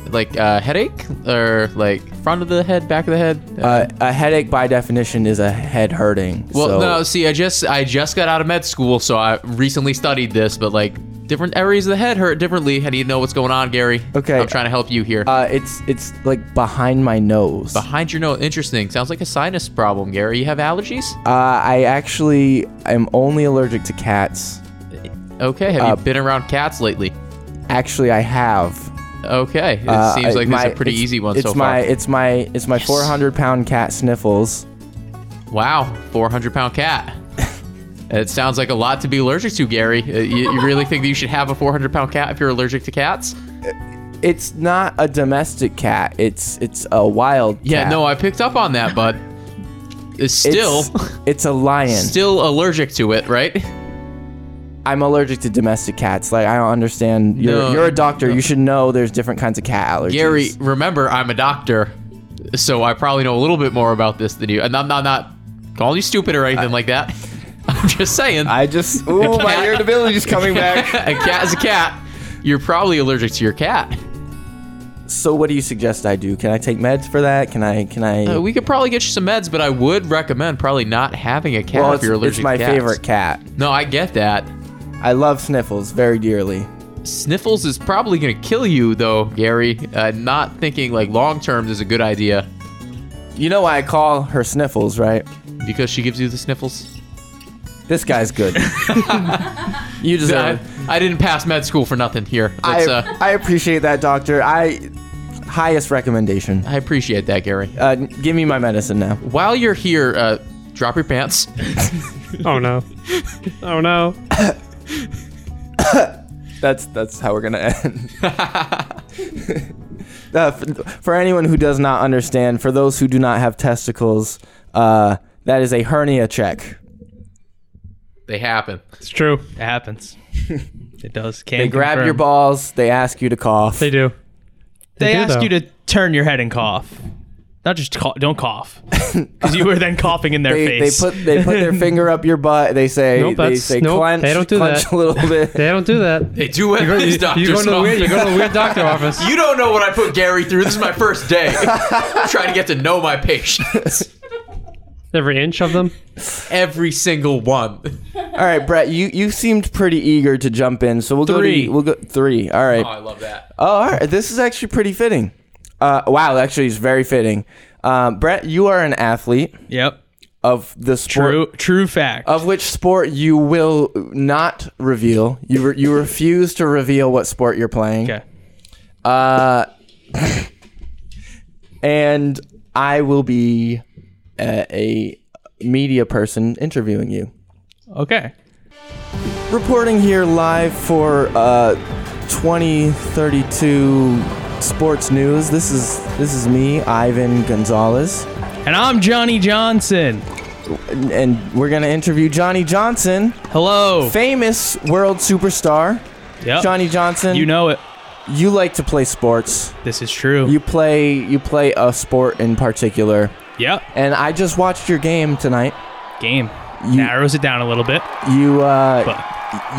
A: like uh, headache or like front of the head, back of the head.
C: Uh, a headache, by definition, is a head hurting.
A: well,
C: so-
A: no. See, I just I just got out of med school, so I recently studied this, but like different areas of the head hurt differently. How do you know what's going on, Gary?
C: Okay.
A: I'm trying to help you here.
C: Uh, it's, it's like behind my nose.
A: Behind your nose, interesting. Sounds like a sinus problem, Gary. You have allergies?
C: Uh, I actually am only allergic to cats.
A: Okay. Have
C: Uh,
A: you been around cats lately?
C: Actually, I have.
A: Okay. It
C: Uh,
A: seems like this
C: my-
A: is a pretty
C: it's-
A: easy one
C: it's
A: so
C: my,
A: far.
C: It's my it's my 400 pound cat sniffles.
A: Wow, 400 pound cat. It sounds like a lot to be allergic to, Gary. Uh, You, you really think that you should have a 400 pound cat if you're allergic to cats?
C: It's not a domestic cat. It's it's a wild.
A: Yeah,
C: cat.
A: no, I picked up on that, but it's still
C: It's, it's a lion.
A: still allergic to it, right?
C: I'm allergic to domestic cats. Like I don't understand. You're,
A: No,
C: you're a doctor. You should know there's different kinds of cat allergies.
A: Gary, remember I'm a doctor, so I probably know a little bit more about this than you. And I'm not not calling you stupid or anything like that. I'm just saying.
C: I just
B: Ooh,
C: ooh,
B: my irritability's coming back.
A: a cat is a cat. You're probably allergic to your cat.
C: so what do you suggest I do? Can I take meds for that? Can I can I?
A: Uh, we could probably get you some meds, but I would recommend probably not having a cat
C: well,
A: if
C: it's,
A: you're allergic
C: it's my
A: to cats.
C: favorite cat.
A: No, I get that.
C: I love sniffles very dearly.
A: Sniffles is probably going to kill you, though, Gary. Uh, not thinking like long term is a good idea
C: You know why I call her sniffles, right?
A: because she gives you the sniffles.
C: This guy's good. you deserve.
A: I,
C: it.
A: I didn't pass med school for nothing here.
C: I,
A: That's, uh,
C: I appreciate that, doctor. I highest recommendation.
A: I appreciate that, Gary.
C: Uh, give me my medicine now.
A: While you're here, uh, drop your pants.
E: Oh no. Oh no.
C: That's that's how we're gonna end. uh, for, for anyone who does not understand, for those who do not have testicles, uh, that is a hernia check.
A: They happen.
E: It's true.
D: It happens. it does. Can
C: They grab
D: confirm.
C: your balls. They ask you to cough.
E: They do.
D: They,
E: do,
D: ask
E: though.
D: you to turn your head and cough. Not just cough. Don't cough. Because you were then coughing in their
C: They, they
D: face.
C: put they put their finger up your butt. They say
E: Nope,
C: they
E: that's-
C: say
E: nope,
C: clench,
E: they don't do
C: clench
E: that.
C: a little bit.
E: They don't do that.
A: They do it. These
E: You
A: doctors
E: go to the
A: don't.
E: weird, you go to the weird doctor office.
A: You don't know what I put Gary through. This is my first day. I'm trying to get to know my patients.
E: Every inch of them.
A: Every single one.
C: All right, Brett, you, you seemed pretty eager to jump in, so we'll go
D: Three.
C: to we'll go three. All right.
A: Oh, I love that.
D: Uh,
C: Oh, all right. This is actually pretty fitting. Uh, wow, actually, it's very fitting. Um, Brett, you are an athlete
D: yep.
C: of the sport
D: True. True fact.
C: of which sport you will not reveal. You re- you refuse to reveal what sport you're playing.
D: okay.
C: Uh, and I will be a, a media person interviewing you.
D: Okay.
C: Reporting here live for uh, 2032 Sports News. This is this is me, Ivan Gonzalez,
D: And I'm Johnny Johnson.
C: and, and we're gonna interview Johnny Johnson,
D: Hello.
C: famous world superstar.
D: Yep.
C: Johnny Johnson,
D: Oh. You know it.
C: you like to play sports.
D: This is true.
C: You play you play a sport in particular,
D: yep.
C: and I just watched your game tonight.
D: Game.
C: You-
D: Narrows it down a little bit.
C: You uh,
D: But,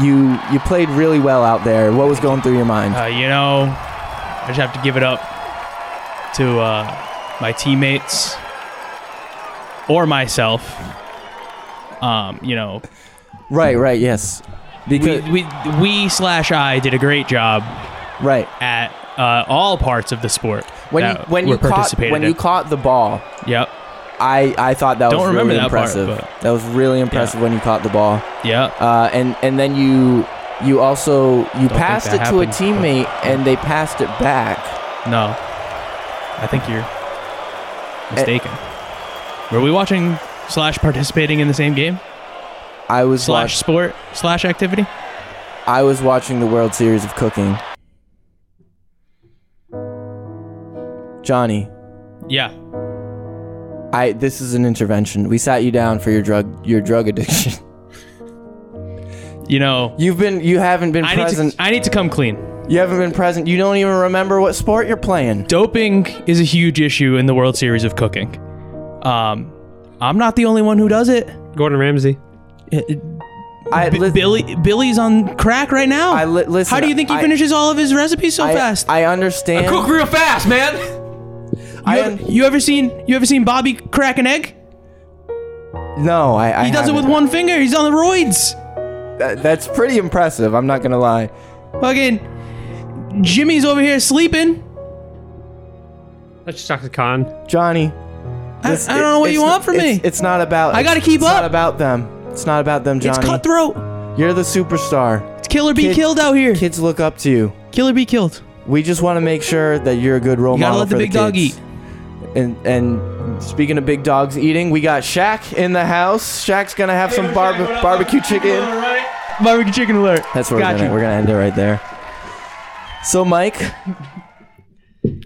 C: you you played really well out there. What was going through your mind?
D: uh, you know, I just have to give it up to uh, my teammates or myself. Um, you know,
C: Right, right, yes.
D: we,
C: Because
D: we, we slash I did a great job
C: right.
D: at uh, all parts of the sport.
C: when you
D: that
C: when
D: uh, were
C: you caught
D: participated
C: when
D: in.
C: you caught the ball,
D: Yep.
C: I I thought that
D: Don't
C: was
D: remember
C: really
D: that part,
C: impressive.
D: but-
C: that was really impressive when you caught the ball.
D: Yep.
C: Uh, and and then you you also you passed it
D: think that
C: to a
D: happened, but-
C: teammate and they passed it back.
D: No. I think you're
C: Eh.
D: mistaken. Were we watching slash participating in the same game?
C: I was
D: Slash
C: watch-
D: sport slash activity?
C: I was watching the World Series of Cooking. Johnny,
D: Yeah.
C: I this is an intervention. We sat you down for your drug your drug addiction.
D: You know,
C: You've been you haven't been
D: I need, to,
C: present.
D: I need to come clean.
C: you haven't been present. You don't even remember what sport you're playing.
D: Doping is a huge issue in the World Series of cooking. Um, I'm not the only one who does it. Uh,
E: Gordon Ramsay.
C: I
D: B-
C: li-
D: Billy Billy's on crack right now.
C: I li- listen,
D: How do you think he
C: I-
D: finishes all of his recipes so
C: I,
D: fast?
C: I understand.
A: Cook real fast, man.
C: I
D: you,
C: un-
D: ever, you ever seen you ever seen Bobby crack an egg?
C: no, I. I
D: He does it with
C: haven't.
D: one finger. He's on the roids.
C: That- that's pretty impressive. I'm not gonna lie.
D: Fucking Jimmy's over here sleeping.
E: That's just Dr. Khan.
C: Johnny.
D: I,
C: this-
D: I
C: it-
D: don't know what
C: it's
D: you
C: n-
D: want from
C: it's-
D: me.
C: It's not about.
D: I gotta keep
C: it's Not
D: up.
C: about them. It's not about them,
D: It's
C: Johnny.
D: cutthroat.
C: You're the superstar.
D: It's kill or be
C: Kid-
D: killed out here.
C: Kids look up to you.
D: Kill or be killed.
C: We just want to make sure that you're a good role
D: You gotta
C: model
D: let the
C: for
D: big dog
C: kids.
D: eat.
C: And and speaking of big dogs eating, we got Shaq in the house. Shaq's gonna have some barbe- barbecue chicken.
D: Barbecue chicken alert.
C: That's where
D: Got
C: we're gonna
D: you.
C: we're gonna end it right there. So Mike,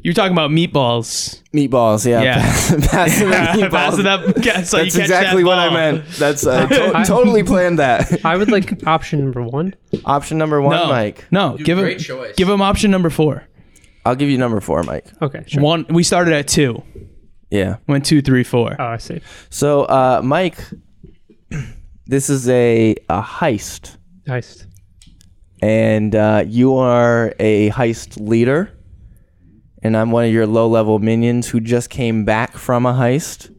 D: You're talking about meatballs.
C: meatballs, yeah,
D: Yeah.
C: Pass them the meatballs.
D: Passing up. yeah, so you
C: That's
D: catch
C: exactly
D: that
C: what I
D: ball.
C: meant. That's I to- totally planned that.
E: I would like option number one.
C: Option number one,
D: No,
C: Mike.
D: no. give him.
A: great choice.
D: Give him option number four.
C: I'll give you number four, Mike.
E: Okay, sure.
D: One. We started at two.
C: Yeah.
D: Went two, three, four.
E: Oh, I see.
C: So, uh, Mike, this is a a heist,
E: Heist.
C: and uh, you are a heist leader, and I'm one of your low level minions who just came back from a heist,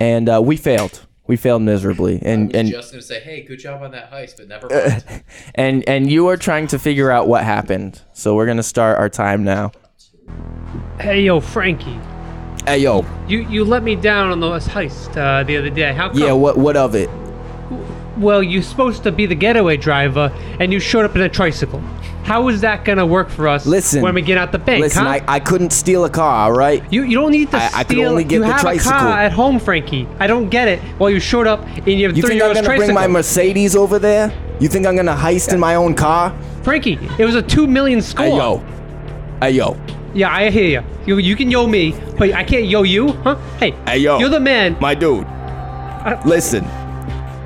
C: and uh, we failed. We failed miserably, and and
A: Just gonna say, hey, good job on that heist, but never mind.
C: and and you are trying to figure out what happened. So we're gonna start our time now.
E: Hey, yo, Frankie.
C: Hey yo,
E: You you let me down on the heist uh, the other day. How come?
C: yeah, what what of it?
E: Well, you're supposed to be the getaway driver, and you showed up in a tricycle. How is that gonna work for us?
C: Listen.
E: when we get out the bank,
C: Listen,
E: huh?
C: I, I couldn't steal a car, all right?
E: you, you don't need to
C: I-
E: steal.
C: I could only get
E: you
C: the
E: have
C: tricycle.
E: a car at home, Frankie. I don't get it. Well, you showed up in your
C: You think I'm
E: three-year-old
C: gonna bring
E: tricycle.
C: my Mercedes over there? You think I'm gonna heist in my own car?
E: Frankie, it was a two million score.
C: Hey yo, hey yo,
E: Yeah, I hear you. You you can yo me, but I can't yo you, huh? Hey,
C: Hey, yo.
E: you're the man.
C: my dude. Listen,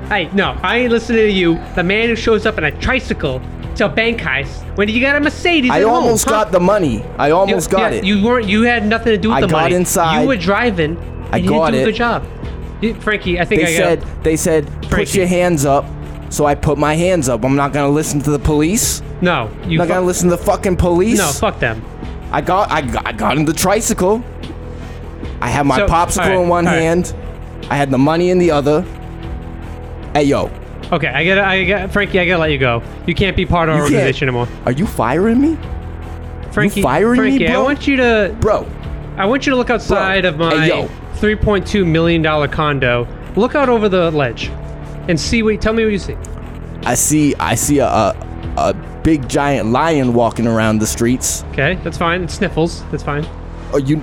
E: Hey, no, I ain't listening to you. The man who shows up in a tricycle to a bank heist when you got a Mercedes.
C: I
E: at
C: almost
E: home, huh?
C: got the money. I
E: You-
C: almost got
E: yeah,
C: it.
E: You weren't. You had nothing to do with
C: I
E: the
C: got
E: money.
C: inside.
E: You were driving.
C: I
E: and you
C: got
E: didn't do
C: it.
E: a good job. You- Frankie, I think
C: they
E: I
C: said
E: got.
C: they said put
E: Frankie.
C: your hands up. So I put my hands up. I'm not gonna listen to the police.
E: No, you.
C: I'm not
E: fu-
C: gonna listen to the fucking police.
E: no, fuck them.
C: I got I got, I got in the tricycle. I had my
E: So-
C: popsicle
E: all right,
C: in one
E: all right.
C: hand. I had the money in the other. Hey yo,
E: Okay, I gotta, I got Frankie. I gotta let you go. You can't be part of our
C: You can't-
E: organization anymore.
C: are you firing me,
E: Frankie,
C: firing me,
E: Frankie, I
C: bro?
E: want you to
C: bro?
E: I want you to look outside
C: Bro,
E: of my
C: hey, yo.
E: 3.2 million dollar condo. Look out over the ledge, and see what. Tell me what you see.
C: I see I see a, a a big giant lion walking around the streets.
E: Okay, that's fine. It sniffles. That's fine.
C: Oh, you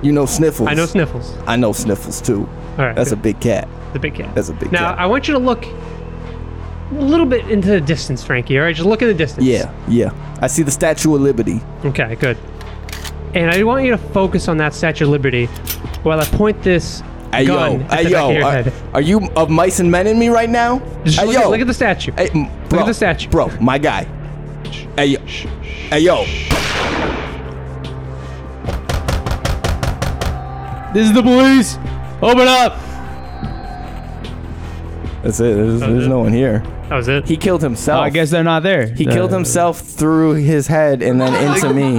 C: you know sniffles.
E: I know sniffles.
C: I know sniffles too.
E: All right,
C: That's
E: good.
C: a big cat.
E: the big cat.
C: that's a big
E: Now
C: cat.
E: I want you to look a little bit into the distance, Frankie. All right, just look in the distance.
C: Yeah, yeah. I see the Statue of Liberty.
E: Okay, good. And I want you to focus on that Statue of Liberty while I point this
C: Hey
E: gun
C: yo,
E: at
C: hey
E: the back
C: yo,
E: of your
C: are,
E: head.
C: are you of mice and men in me right now?
E: Just
C: hey
E: look,
C: Uh, yo,
E: at, look at the statue.
C: Hey, m- bro,
E: the statue.
C: bro, my guy. Hey yo, hey yo,
D: This is the police. Open up.
C: Oh. that's it. There's, there's no one here.
E: That was it.
C: He killed himself.
D: Oh, I guess they're not there. Uh,
C: he killed himself through his head and then into me.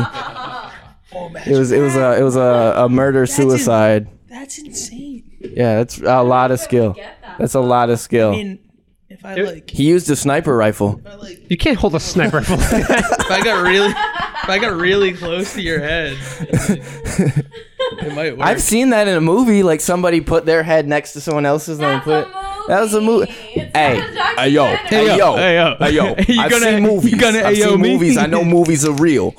C: It was it was a it was a, a murder suicide.
D: That's insane.
C: Yeah, that's a lot of skill. That's a lot of skill.
D: And if I like,
C: He used a sniper rifle.
E: you can't hold a sniper rifle.
D: if I got really, if I got really close to your head, it might work.
C: I've seen that in a movie. Like somebody put their head next to someone else's and they
G: That's
C: put.
G: a
C: it-
G: movie.
C: That was a movie.
G: It's
C: Hey,
G: not a Oh
C: hey yo,
G: documentary.
C: hey yo,
D: Hey, yo.
C: hey yo.
D: You
C: I've
D: gonna-
C: seen
D: you
C: movies.
D: gonna
C: I've
D: AO
C: seen
D: me?
C: movies. I know movies are real.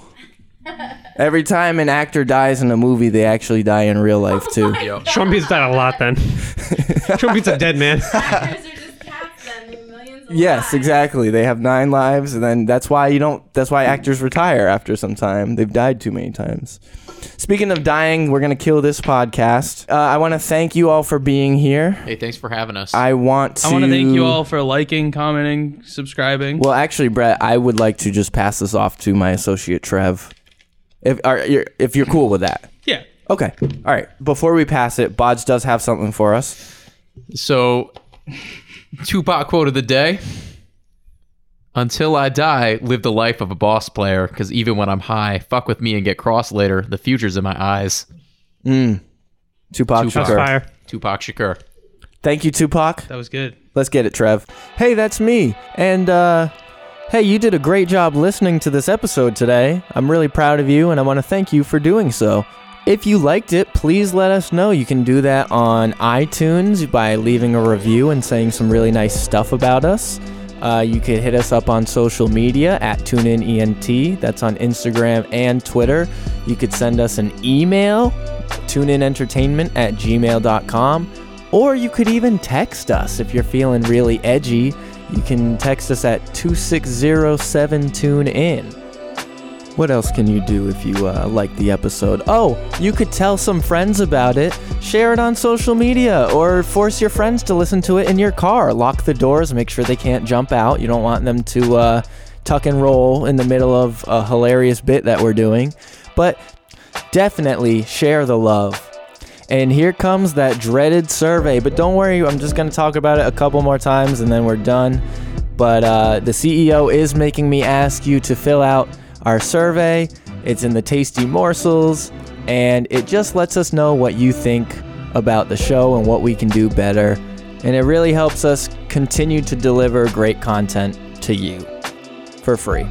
C: Every time an actor dies in a movie, they actually die in real life
D: Oh
C: too.
G: my
A: Yo.
G: God.
E: Trumpy's died a lot then. Trumpy's a dead man.
G: Actors are just cats then, and millions of
C: Yes,
G: lives.
C: exactly. They have nine lives, and then that's why you don't. That's why actors retire after some time. They've died too many times. Speaking of dying, we're gonna kill this podcast. Uh, I want to thank you all for being here.
A: Hey, thanks for having us.
C: I want to.
D: I want to thank you all for liking, commenting, subscribing.
C: Well, actually, Brett, I would like to just pass this off to my associate Trev, if are, you're, if you're cool with that.
D: yeah.
C: Okay. All right. Before we pass it, Bodge does have something for us.
A: So, Tupac quote of the day. Until I die, live the life of a boss player, because even when I'm high, fuck with me and get cross later. The future's in my eyes.
C: Tupac,
A: Tupac.
C: Shakur.
E: Fire.
A: Tupac Shakur.
C: Thank you, Tupac.
D: That was good.
C: Let's get it, Trev. Hey, that's me. And uh hey, you did a great job listening to this episode today. I'm really proud of you and I want to thank you for doing so. If you liked it, please let us know. You can do that on iTunes by leaving a review and saying some really nice stuff about us. Uh, you can hit us up on social media at TuneInENT. That's on Instagram and Twitter. You could send us an email, tuneinentertainment at gmail.com. Or you could even text us if you're feeling really edgy. You can text us at 2607 tune in. E What else can you do if you uh, like the episode? Oh, you could tell some friends about it, share it on social media, or force your friends to listen to it in your car. Lock the doors, make sure they can't jump out. You don't want them to uh, tuck and roll in the middle of a hilarious bit that we're doing. But definitely share the love. And here comes that dreaded survey. But don't worry, I'm just going to talk about it a couple more times and then we're done. But uh, the CEO is making me ask you to fill out our survey. It's in the tasty morsels, and it just lets us know what you think about the show and what we can do better. And it really helps us continue to deliver great content to you for free.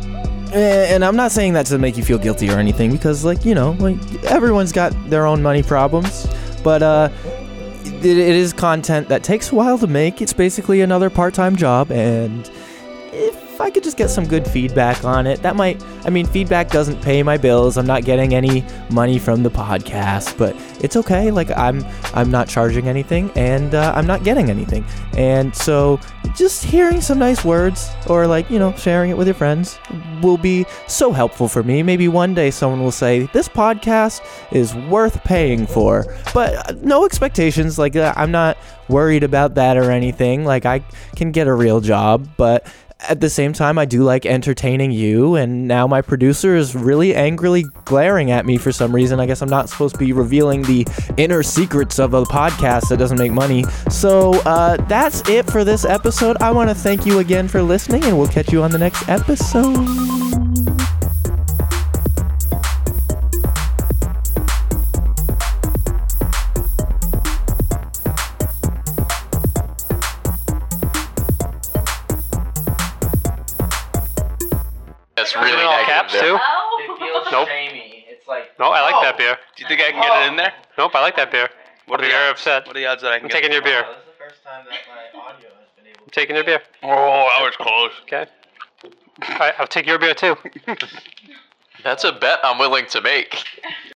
C: Eh, And I'm not saying that to make you feel guilty or anything, because like you know, like everyone's got their own money problems. But uh, it, it is content that takes a while to make. It's basically another part-time job, and if I could just get some good feedback on it, that might. I mean, feedback doesn't pay my bills. I'm not getting any money from the podcast, but it's okay. Like I'm, I'm not charging anything, and uh, I'm not getting anything. And so, just hearing some nice words, or like you know, sharing it with your friends, will be so helpful for me. Maybe one day someone will say this podcast is worth paying for, but uh, no expectations. Like uh, I'm not worried about that or anything. Like I can get a real job, but at the same time, I do like entertaining you, and now my producer is really angrily glaring at me for some reason. I guess I'm not supposed to be revealing the inner secrets of a podcast that doesn't make money. So uh, that's it for this episode. I want to thank you again for listening, and we'll catch you on the next episode.
H: That's really negative. there.
G: Oh.
H: Nope.
I: Jamie, it's like
E: No, I like that beer.
H: Do you think I can get it in there?
E: Nope, I like that beer. What
H: are the
E: you're
H: odds?
E: upset.
H: What are the odds that I can
E: I'm
H: get
E: taking your beer.
I: this is the first time that my audio has been able.
E: I'm taking your beer.
H: Oh, that was close.
E: Okay. All right, I'll take your beer too.
A: That's a bet I'm willing to make.